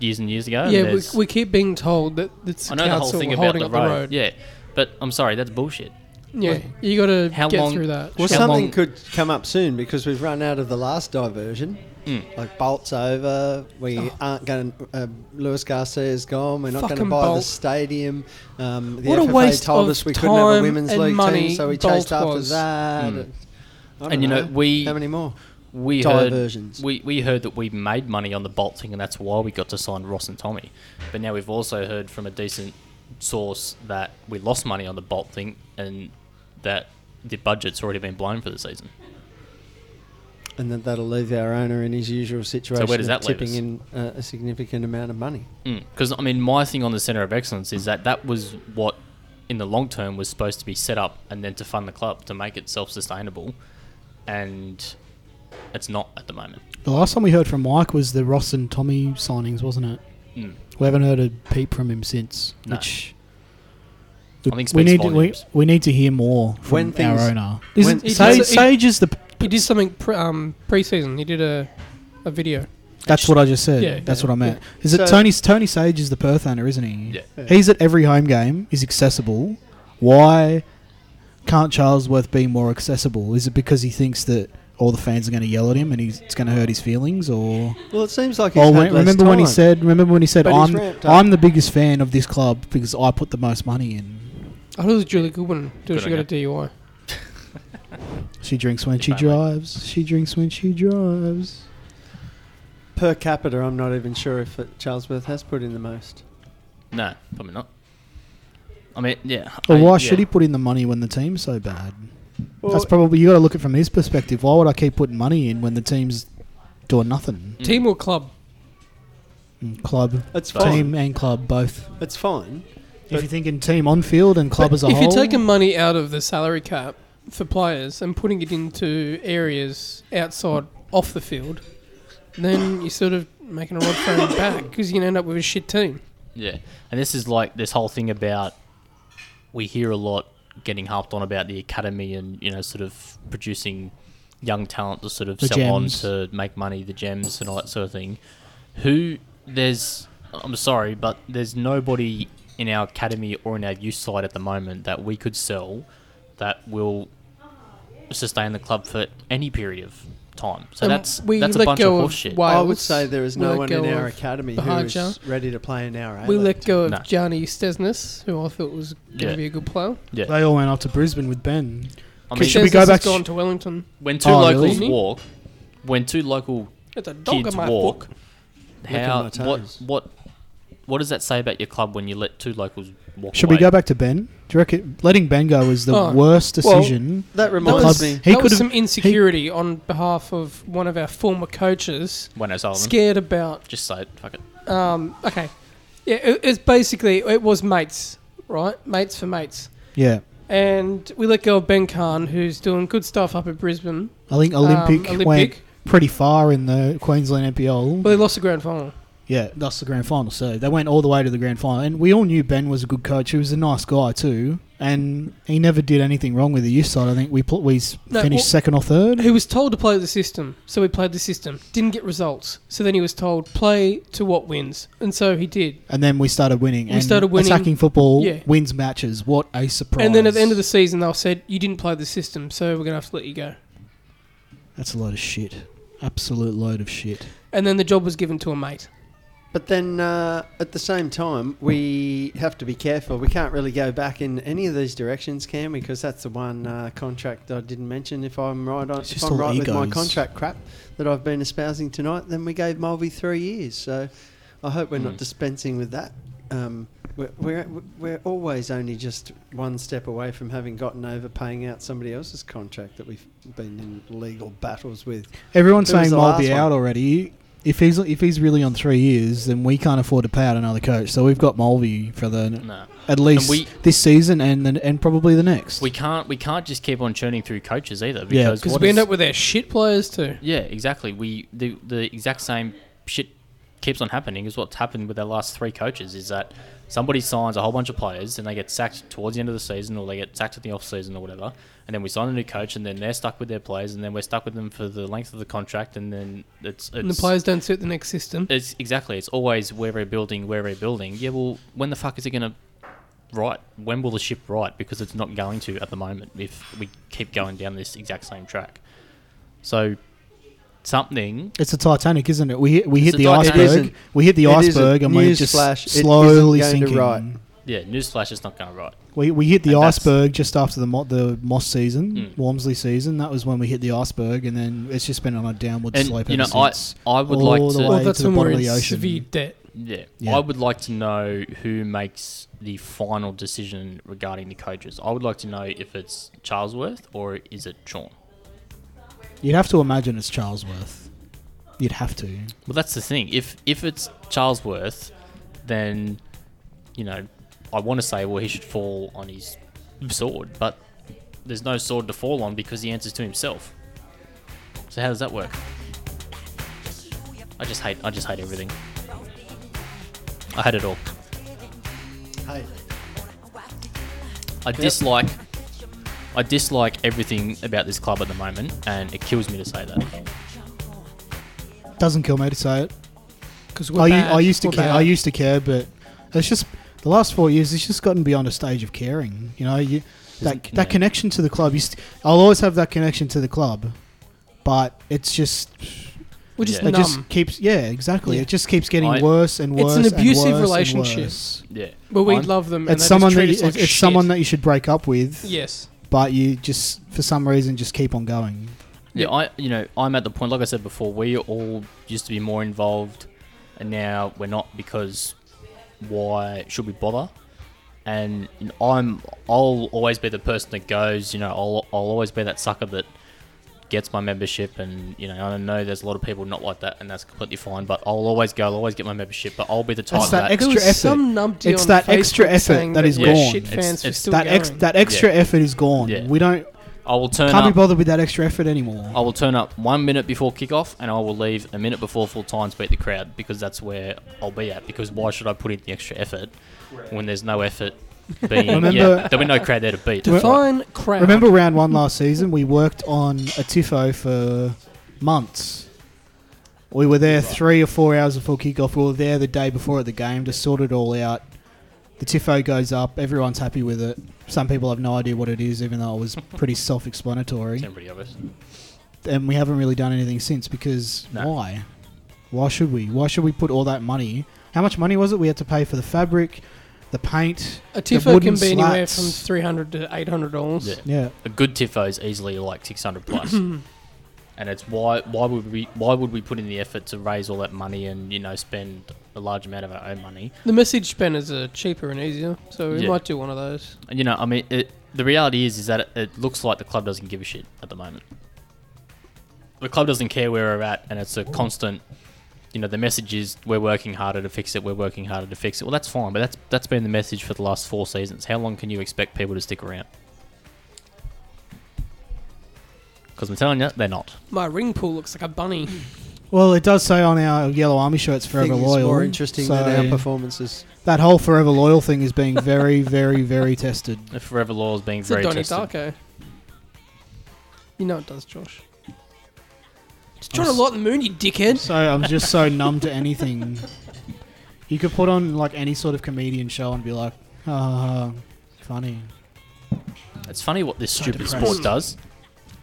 Speaker 2: years and years ago?
Speaker 1: yeah, we,
Speaker 2: There's-
Speaker 1: we keep being told that it's
Speaker 2: I know the whole
Speaker 1: council
Speaker 2: thing
Speaker 1: holding
Speaker 2: about the
Speaker 1: up
Speaker 2: road.
Speaker 1: the road.
Speaker 2: Yeah, but I'm sorry, that's bullshit.
Speaker 1: Yeah, you got to
Speaker 2: How
Speaker 1: get
Speaker 2: long-
Speaker 1: through that.
Speaker 4: Well,
Speaker 2: How
Speaker 4: something
Speaker 2: long-
Speaker 4: could come up soon because we've run out of the last diversion.
Speaker 2: Mm.
Speaker 4: Like Bolt's over. We aren't going. to... Uh, Luis Garcia's gone. We're not going to
Speaker 1: Fucking
Speaker 4: buy the
Speaker 1: Bolt.
Speaker 4: stadium. Um, the
Speaker 1: What a
Speaker 4: FFA
Speaker 1: waste
Speaker 4: told
Speaker 1: of
Speaker 4: us we couldn't have a
Speaker 1: time
Speaker 4: women's
Speaker 1: and
Speaker 4: league
Speaker 1: money
Speaker 4: team, so we
Speaker 1: Bolt
Speaker 4: chased after
Speaker 1: was.
Speaker 4: that.
Speaker 2: Mm.
Speaker 4: I don't
Speaker 2: And you know, we-
Speaker 4: how many more?
Speaker 2: We
Speaker 4: Diversions.
Speaker 2: heard we, we heard that we made money on the Bolt thing, and that's why we got to sign Ross and Tommy. But now we've also heard from a decent source that we lost money on the Bolt thing, and that the budget's already been blown for the season.
Speaker 4: And then that'll leave our owner in his usual situation.
Speaker 2: where does
Speaker 4: of
Speaker 2: that leave
Speaker 4: tipping
Speaker 2: us?
Speaker 4: in uh, a significant amount of money?
Speaker 2: Because I mean, my thing on the Centre of Excellence is that that was what, in the long term, was supposed to be set up and then to fund the club to make it self-sustainable, and it's not at the moment.
Speaker 3: The last time we heard from Mike was the Ross and Tommy signings, wasn't it?
Speaker 2: Mm.
Speaker 3: We haven't heard a peep from him since.
Speaker 2: No.
Speaker 3: Which
Speaker 2: I think
Speaker 3: we
Speaker 2: speaks
Speaker 3: need to, we,
Speaker 2: volumes.
Speaker 3: we need to hear more from
Speaker 4: When things-
Speaker 3: our owner.
Speaker 4: when-
Speaker 3: Isn't-
Speaker 1: He
Speaker 3: Sage,
Speaker 1: does- he-
Speaker 3: Sage is the.
Speaker 1: He did something pre, um, pre-season. He did a, a video.
Speaker 3: That's what I just said.
Speaker 1: Yeah,
Speaker 3: that's
Speaker 1: yeah,
Speaker 3: what I meant. Is
Speaker 4: So-
Speaker 3: it Tony? Tony Sage is the Perth owner, isn't he?
Speaker 2: Yeah.
Speaker 3: He's at every home game. He's accessible. Why can't Charlesworth be more accessible? Is it because he thinks that all the fans are going to yell at him and he's, it's going to hurt his feelings, or?
Speaker 4: Well, it seems like he's
Speaker 3: Oh,
Speaker 4: had
Speaker 3: when,
Speaker 4: less
Speaker 3: remember when he
Speaker 4: time.
Speaker 3: said? Remember when he said,
Speaker 4: But he's
Speaker 3: "I'm
Speaker 4: ramped up."
Speaker 3: I'm the biggest fan of this club because I put the most money in."
Speaker 1: I thought it was Julie Goodwin. Dude,
Speaker 2: Good
Speaker 1: she
Speaker 2: on
Speaker 1: got
Speaker 2: ya.
Speaker 1: a DUI.
Speaker 3: She drinks when she
Speaker 2: If I may.
Speaker 3: drives. She drinks when she drives.
Speaker 4: Per capita, I'm not even sure if it, Charlesworth has put in the most.
Speaker 2: No, probably not. I mean, yeah.
Speaker 3: Well,
Speaker 2: I-
Speaker 3: why
Speaker 2: yeah.
Speaker 3: should he put in the money when the team's so bad?
Speaker 4: Well,
Speaker 3: That's probably you got to look at it from his perspective. Why would I keep putting money in when the team's doing nothing?
Speaker 2: Mm.
Speaker 1: Team or club?
Speaker 3: Mm, Club,
Speaker 4: it's fine.
Speaker 3: team, and club both.
Speaker 4: It's fine.
Speaker 3: If you're thinking team on field and club
Speaker 1: But
Speaker 3: as a
Speaker 1: if
Speaker 3: whole,
Speaker 1: you're taking money out of the salary cap for players and putting it into areas outside off the field, then you're sort of making a rod for him back because you end up with a shit team.
Speaker 2: Yeah, and this is like this whole thing about we hear a lot getting harped on about the academy and you know sort of producing young talent to sort of
Speaker 3: The
Speaker 2: sell
Speaker 3: gems.
Speaker 2: on to make money, the gems and all that sort of thing. Who there's I'm sorry, but there's nobody in our academy or in our youth side at the moment that we could sell that will sustain the club for any period of time. So
Speaker 1: Um,
Speaker 2: that's
Speaker 1: we
Speaker 2: that's a
Speaker 1: let
Speaker 2: bunch
Speaker 1: go
Speaker 2: of
Speaker 1: of
Speaker 2: horseshit.
Speaker 1: Wales.
Speaker 4: I would say there is
Speaker 1: We
Speaker 4: no
Speaker 1: let
Speaker 4: one
Speaker 1: go
Speaker 4: in our
Speaker 1: of
Speaker 4: academy who is
Speaker 1: Bahaja.
Speaker 4: ready to play in our A.
Speaker 1: We let go of
Speaker 2: No.
Speaker 1: Johnny Stesnes, who I thought was going to
Speaker 2: Yeah.
Speaker 1: be a good player.
Speaker 2: yeah,
Speaker 3: they all went up to Brisbane with Ben.
Speaker 2: I
Speaker 3: could
Speaker 2: mean,
Speaker 3: Should we
Speaker 1: Stesnes
Speaker 3: go
Speaker 1: has
Speaker 3: back to-
Speaker 1: gone to Wellington.
Speaker 2: when two
Speaker 3: Oh,
Speaker 2: locals
Speaker 1: really?
Speaker 2: walk, when two local
Speaker 1: It's a dog
Speaker 2: kids
Speaker 1: on my
Speaker 2: walk,
Speaker 1: foot.
Speaker 4: at
Speaker 2: how
Speaker 4: my
Speaker 2: what
Speaker 4: toes.
Speaker 2: what what does that say about your club when you let two locals walk?
Speaker 3: Should
Speaker 2: away?
Speaker 3: we go back to Ben? Do you reckon letting Ben go was the
Speaker 1: Oh.
Speaker 3: worst
Speaker 4: Well,
Speaker 3: decision?
Speaker 4: That
Speaker 3: the
Speaker 4: reminds
Speaker 3: club,
Speaker 4: me.
Speaker 3: he
Speaker 1: that
Speaker 3: could
Speaker 1: was some
Speaker 3: have.
Speaker 1: insecurity on behalf of one of our former coaches,
Speaker 2: When O'Sullivan,
Speaker 1: scared about
Speaker 2: just say it. Fuck it.
Speaker 1: Um, okay. Yeah, it, it's basically it was mates, right? Mates for mates,
Speaker 3: Yeah,
Speaker 1: and we let go of Ben Khan, who's doing good stuff up at Brisbane.
Speaker 3: I think Olympic,
Speaker 1: um, Olympic.
Speaker 3: went pretty far in the Queensland NPL.
Speaker 1: Well, they lost the grand final.
Speaker 3: Yeah, that's the grand final. So they went all the way to the grand final, and we all knew Ben was a good coach. He was a nice guy too, and he never did anything wrong with the youth side. I think we pl- we s
Speaker 1: No,
Speaker 3: finished
Speaker 1: well-
Speaker 3: second or third.
Speaker 1: He was told to play the system, so he played the system. Didn't get results, so then he was told play to what wins, and so he did.
Speaker 3: And then we started winning.
Speaker 1: We
Speaker 3: and
Speaker 1: started winning.
Speaker 3: Attacking football
Speaker 1: Yeah.
Speaker 3: wins matches. What a surprise!
Speaker 1: And then at the end of the season, they said you didn't play the system, so we're gonna have to let you go.
Speaker 3: that's a load of shit. Absolute load of shit.
Speaker 1: And then the job was given to a mate.
Speaker 4: But then uh, at the same time, we have to be careful. We can't really go back in any of these directions, can we? Because that's the one uh, contract I didn't mention. If I'm right, on,
Speaker 3: It's
Speaker 4: if
Speaker 3: just
Speaker 4: I'm
Speaker 3: all
Speaker 4: right with my
Speaker 3: egos.
Speaker 4: contract crap that I've been espousing tonight, then we gave Mulvey three years. So I hope we're not
Speaker 2: Mm.
Speaker 4: dispensing with that. Um, we're, we're we're always only just one step away from having gotten over paying out somebody else's contract that we've been in legal battles with.
Speaker 3: Everyone's
Speaker 4: Who was
Speaker 3: saying
Speaker 4: the
Speaker 3: Mulby
Speaker 4: last one?
Speaker 3: out already. If he's if he's really on three years, then we can't afford to pay out another coach. So we've got Mulvey for the
Speaker 2: No,
Speaker 3: at least
Speaker 2: we-
Speaker 3: this season and then and probably the next.
Speaker 2: we can't. We can't just keep on churning through coaches either.
Speaker 3: Yeah.
Speaker 2: Because
Speaker 1: Because
Speaker 2: what
Speaker 1: we end
Speaker 2: is-
Speaker 1: up with our shit players too.
Speaker 2: Yeah, exactly. We the the exact same shit keeps on happening is what's happened with our last three coaches is that somebody signs a whole bunch of players and they get sacked towards the end of the season or they get sacked at the off season or whatever and then we sign a new coach and then they're stuck with their players and then we're stuck with them for the length of the contract and then it's, it's
Speaker 1: And the players don't suit the next system.
Speaker 2: it's exactly it's always we're rebuilding we're rebuilding yeah well when the fuck is it going to right when will the ship right because it's not going to at the moment if we keep going down this exact same track so something
Speaker 3: It's a Titanic, isn't it? We hit, we
Speaker 2: It's
Speaker 3: hit
Speaker 2: a
Speaker 3: the
Speaker 2: Titanic. It
Speaker 3: iceberg.
Speaker 4: isn't.
Speaker 3: We hit the
Speaker 4: It
Speaker 3: iceberg
Speaker 4: isn't.
Speaker 3: and we're
Speaker 4: News
Speaker 3: just
Speaker 4: flash, it isn't
Speaker 3: slowly
Speaker 4: going to
Speaker 3: sinking.
Speaker 4: right.
Speaker 2: yeah newsflash it's not going to right
Speaker 3: We, we hit the
Speaker 2: And that's-
Speaker 3: iceberg just after the Mo- the Moss season,
Speaker 2: Mm.
Speaker 3: Walmsley season. That was when we hit the iceberg, and then it's just been on a downward
Speaker 2: And,
Speaker 3: slope.
Speaker 2: you
Speaker 3: ever
Speaker 2: know, I-
Speaker 3: since.
Speaker 2: I would
Speaker 3: All
Speaker 2: like
Speaker 3: the
Speaker 2: to-
Speaker 3: way
Speaker 2: Well,
Speaker 1: Well, that's
Speaker 3: to the
Speaker 1: when
Speaker 3: bottom
Speaker 1: we're
Speaker 3: of
Speaker 1: in
Speaker 3: the ocean.
Speaker 1: severe debt.
Speaker 2: yeah.
Speaker 3: Yeah.
Speaker 2: i would like to know who makes the final decision regarding the coaches i would like to know if it's charlesworth or is it sean
Speaker 3: You'd have to imagine it's Charlesworth. You'd have to.
Speaker 2: Well, that's the thing. If if it's Charlesworth, then you know I want to say well he should fall on his sword, but there's no sword to fall on because the answer's to himself. So how does that work? I just hate I just hate everything. I hate it all.
Speaker 4: Hey.
Speaker 2: I dislike I dislike everything about this club at the moment, and it kills me to say that.
Speaker 3: Doesn't kill me to say it.
Speaker 1: Because
Speaker 3: I, u- I used to care. I used to care, but it's just the last four years. It's just gotten beyond a stage of caring. You know, you, that
Speaker 2: Isn't-
Speaker 3: that
Speaker 2: yeah.
Speaker 3: connection to the club. You st- I'll always have that connection to the club, but it's just
Speaker 1: We're just
Speaker 2: Yeah.
Speaker 3: It
Speaker 1: numb.
Speaker 3: just keeps, yeah, exactly.
Speaker 1: Yeah.
Speaker 3: It just keeps getting
Speaker 2: I-
Speaker 3: worse and
Speaker 1: It's
Speaker 3: worse.
Speaker 1: an
Speaker 3: and
Speaker 1: abusive
Speaker 3: worse and
Speaker 1: relationship.
Speaker 3: worse.
Speaker 2: Yeah.
Speaker 1: but we
Speaker 2: Mine-
Speaker 1: love them. and
Speaker 3: It's
Speaker 1: they
Speaker 3: someone
Speaker 1: just
Speaker 3: that
Speaker 1: treat
Speaker 3: you,
Speaker 1: us like
Speaker 3: it's it's
Speaker 1: shit.
Speaker 3: someone that you should break up with,
Speaker 1: Yes.
Speaker 3: but you just for some reason just keep on going.
Speaker 2: Yeah, I you know I'm at the point like I said before we all used to be more involved, and now we're not because why should we bother? And you know, I'm I'll always be the person that goes. You know I'll I'll always be that sucker that gets my membership, and you know I know there's a lot of people not like that, and that's completely fine. But I'll always go. I'll always get my membership, but I'll be the type
Speaker 3: That's that
Speaker 2: that.
Speaker 3: extra
Speaker 1: there was
Speaker 3: effort.
Speaker 1: Some numpty
Speaker 3: It's
Speaker 1: on
Speaker 3: that
Speaker 1: Facebook
Speaker 3: extra effort
Speaker 1: saying
Speaker 3: that is
Speaker 1: we're
Speaker 2: gone.
Speaker 1: Shit
Speaker 2: It's-
Speaker 1: fans for
Speaker 2: it's
Speaker 1: still
Speaker 3: That ex,
Speaker 1: going.
Speaker 3: that extra effort is gone.
Speaker 2: Yeah.
Speaker 3: We don't
Speaker 2: I will turn
Speaker 3: can't be
Speaker 2: up.
Speaker 3: bothered with that extra effort anymore.
Speaker 2: I will turn up one minute before kickoff and I will leave a minute before full time to beat the crowd because that's where I'll be at. Because why should I put in the extra effort when there's no effort being
Speaker 3: Remember-
Speaker 2: yeah, there'll be no crowd there to beat. that's right.
Speaker 1: Define crowd.
Speaker 3: Remember round one last season? We worked on a tifo for months. We were there three or four hours before kickoff. We were there the day before at the game to sort it all out. The tifo goes up. Everyone's happy with it. Some people have no idea what it is, even though it was pretty self-explanatory.
Speaker 2: Everybody of us.
Speaker 3: And we haven't really done anything since because
Speaker 2: No.
Speaker 3: why? Why should we? Why should we put all that money? How much money was it we had to pay for the fabric, the paint?
Speaker 1: a
Speaker 3: the
Speaker 1: tifo
Speaker 3: wooden
Speaker 1: can be anywhere from
Speaker 3: slats.
Speaker 1: three hundred to eight hundred dollars.
Speaker 2: Yeah.
Speaker 3: Yeah,
Speaker 2: A good tifo is easily like six hundred plus. and it's why why would we why would we put in the effort to raise all that money and, you know, spend a large amount of our own money?
Speaker 1: The message penners are cheaper and easier, so we
Speaker 2: Yeah.
Speaker 1: might do one of those.
Speaker 2: And you know, I mean it, the reality is is that it, it looks like the club doesn't give a shit at the moment. the club doesn't care where we're at, and it's a constant. You know, the message is we're working harder to fix it. We're working harder to fix it. Well, that's fine, but that's that's been the message for the last four seasons. How long can you expect people to stick around? Because I'm telling you, they're not.
Speaker 1: My ring pull looks like a bunny.
Speaker 3: Well, it does say on our Yellow Army shirts "Forever
Speaker 4: Thing is
Speaker 3: Loyal."
Speaker 4: more interesting than our performances.
Speaker 3: that whole "Forever Loyal" thing is being very, <laughs> very, very tested.
Speaker 2: The Forever Law is being
Speaker 1: It's a
Speaker 2: very
Speaker 1: Donnie
Speaker 2: tested.
Speaker 1: Darko. You know it does, Josh. It's
Speaker 3: I'm
Speaker 1: John a
Speaker 3: s-
Speaker 1: lot in the moon, you dickhead.
Speaker 3: So I'm just so numb to anything. You could put on like any sort of comedian show and be like, "Ah, funny."
Speaker 2: It's funny what this stupid
Speaker 3: depressed.
Speaker 2: sport does.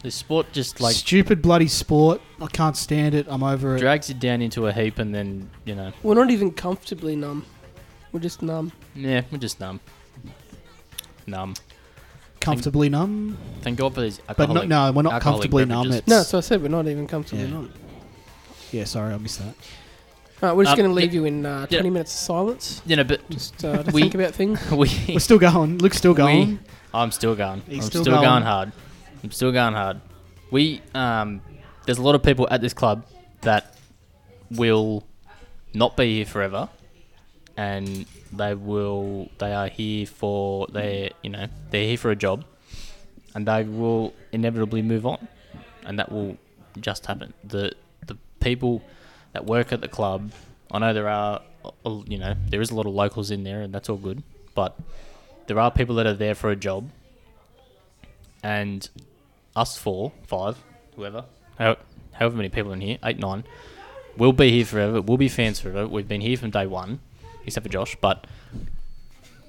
Speaker 2: This sport just like
Speaker 3: stupid bloody sport. I can't stand it. I'm over it.
Speaker 2: drags you down into a heap, and then you know,
Speaker 1: We're not even comfortably numb. We're just numb.
Speaker 2: yeah, we're just numb, numb.
Speaker 3: comfortably numb,
Speaker 2: Thank God for these
Speaker 3: but
Speaker 2: alcoholic.
Speaker 3: no, no, we're not
Speaker 2: alcoholic
Speaker 3: comfortably numb.
Speaker 2: beverages.
Speaker 3: It's
Speaker 1: No, so I said we're not even comfortably
Speaker 3: Yeah.
Speaker 1: numb.
Speaker 3: yeah. Sorry, I missed that.
Speaker 1: Alright, we're just
Speaker 2: Um,
Speaker 1: going to leave
Speaker 2: yeah.
Speaker 1: you in uh,
Speaker 2: Yeah.
Speaker 1: 20 minutes of silence.
Speaker 2: you know, but <laughs>
Speaker 1: Just uh, to
Speaker 2: We-
Speaker 1: think about things.
Speaker 2: we
Speaker 3: We're still going. Luke's still going.
Speaker 2: I'm still going.
Speaker 3: He's
Speaker 2: I'm
Speaker 3: still
Speaker 2: still,
Speaker 3: going.
Speaker 2: going. hard. I'm still going hard. We um, there's a lot of people at this club that will not be here forever, and they will. They are here for their you know they're here for a job, and they will inevitably move on, and that will just happen. The the people that work at the club, I know there are uh, you know there is a lot of locals in there, and that's all good, but there are people that are there for a job, and us four, five, whoever, how, however many people in here, eight, nine, we'll be here forever. We'll be fans forever. We've been here from day one, except for Josh, but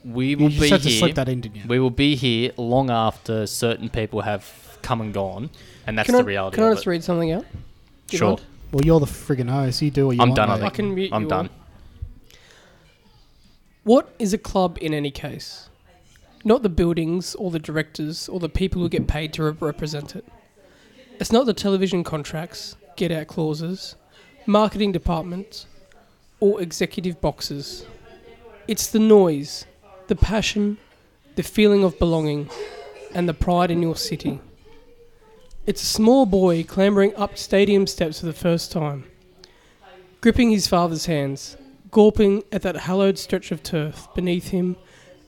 Speaker 2: we will
Speaker 3: you just
Speaker 2: be
Speaker 3: had to
Speaker 2: here.
Speaker 3: slip that in, didn't you?
Speaker 2: We will be here long after certain people have come and gone, and that's
Speaker 1: can
Speaker 2: the
Speaker 1: I,
Speaker 2: reality.
Speaker 1: Can I
Speaker 2: of
Speaker 1: just
Speaker 2: it.
Speaker 1: read something out? Do you
Speaker 2: Sure.
Speaker 1: mind?
Speaker 3: Well, you're the friggin' host. You do what you
Speaker 2: I'm
Speaker 3: want.
Speaker 2: done, I
Speaker 3: mate.
Speaker 1: I
Speaker 2: think.
Speaker 1: can mute
Speaker 2: I'm
Speaker 1: you
Speaker 2: done.
Speaker 1: all. What is a club in any case? Not the buildings or the directors or the people who get paid to rep- represent it. It's not the television contracts, get out clauses, marketing departments, or executive boxes. It's the noise, the passion, the feeling of belonging, and the pride in your city. It's a small boy clambering up stadium steps for the first time gripping his father's hands, gawping at that hallowed stretch of turf beneath him,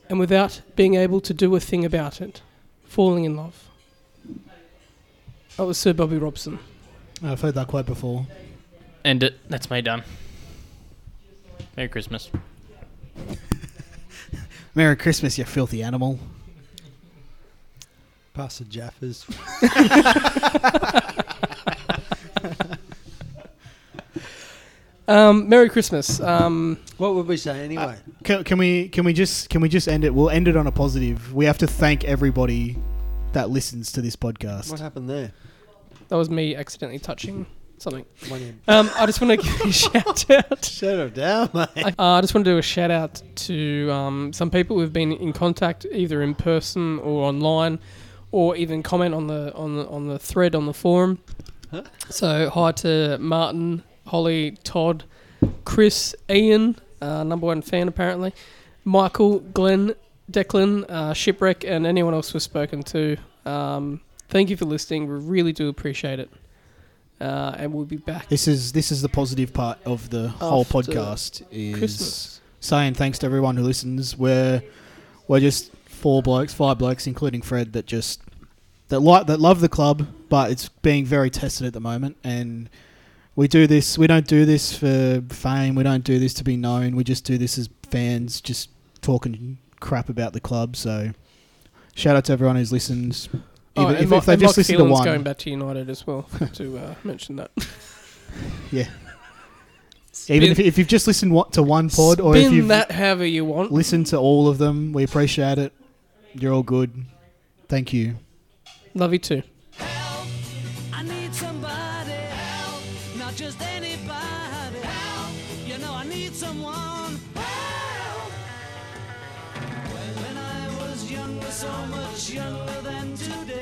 Speaker 1: and without being able to do a thing about it, falling in love. That was Sir Bobby Robson.
Speaker 3: I've heard that quote before.
Speaker 2: End it. That's me done. Merry Christmas.
Speaker 3: Merry Christmas, you filthy animal.
Speaker 4: Pastor Jaffers.
Speaker 1: Um, Merry Christmas. Um,
Speaker 4: What would we say anyway?
Speaker 3: Can, can we can we just can we just end it? We'll end it on a positive. We have to thank everybody that listens to this
Speaker 4: what
Speaker 3: podcast.
Speaker 4: happened there?
Speaker 1: that was me accidentally touching something.
Speaker 4: One year.
Speaker 1: Um, I just want to <laughs> give a shout out.
Speaker 4: Shut it down, mate.
Speaker 1: I <laughs> uh, I just want to do a shout out to um, some people who've been in contact either in person or online, or even comment on the on the, on the thread on the forum.
Speaker 4: Huh?
Speaker 1: So hi to Martin, Holly, Todd, Chris, Ian, uh, number one fan apparently, Michael, Glenn, Declan, uh, Shipwreck, and anyone else we've spoken to. Um, thank you for listening. We really do appreciate it, uh, and we'll be back.
Speaker 3: This is this is the positive part of the whole
Speaker 1: After
Speaker 3: podcast is
Speaker 1: Christmas.
Speaker 3: saying thanks to everyone who listens. We're we're just four blokes, five blokes, including Fred, that just that like that love the club, but it's being very tested at the moment. And we do this. We don't do this for fame. We don't do this to be known. We just do this as fans, just talking crap about the club. So shout out to everyone who's listened.
Speaker 1: Oh,
Speaker 3: Even
Speaker 1: and
Speaker 3: if,
Speaker 1: Mi-
Speaker 3: if they've
Speaker 1: and
Speaker 3: just
Speaker 1: Mike
Speaker 3: listened to
Speaker 1: Phelan's
Speaker 3: one,
Speaker 1: going back to United as
Speaker 3: <laughs>
Speaker 1: well to uh, mention that. <laughs>
Speaker 3: Yeah. Even if, if you've just listened wa- to one pod, or if
Speaker 1: Spin
Speaker 3: you've
Speaker 1: that however you want.
Speaker 3: listened to all of them, we appreciate it. You're all good. Thank you.
Speaker 1: Love you too.
Speaker 5: Help! I need somebody. Help! Not just anybody. Help! You know I need someone. Help! When I was younger, so much younger than today.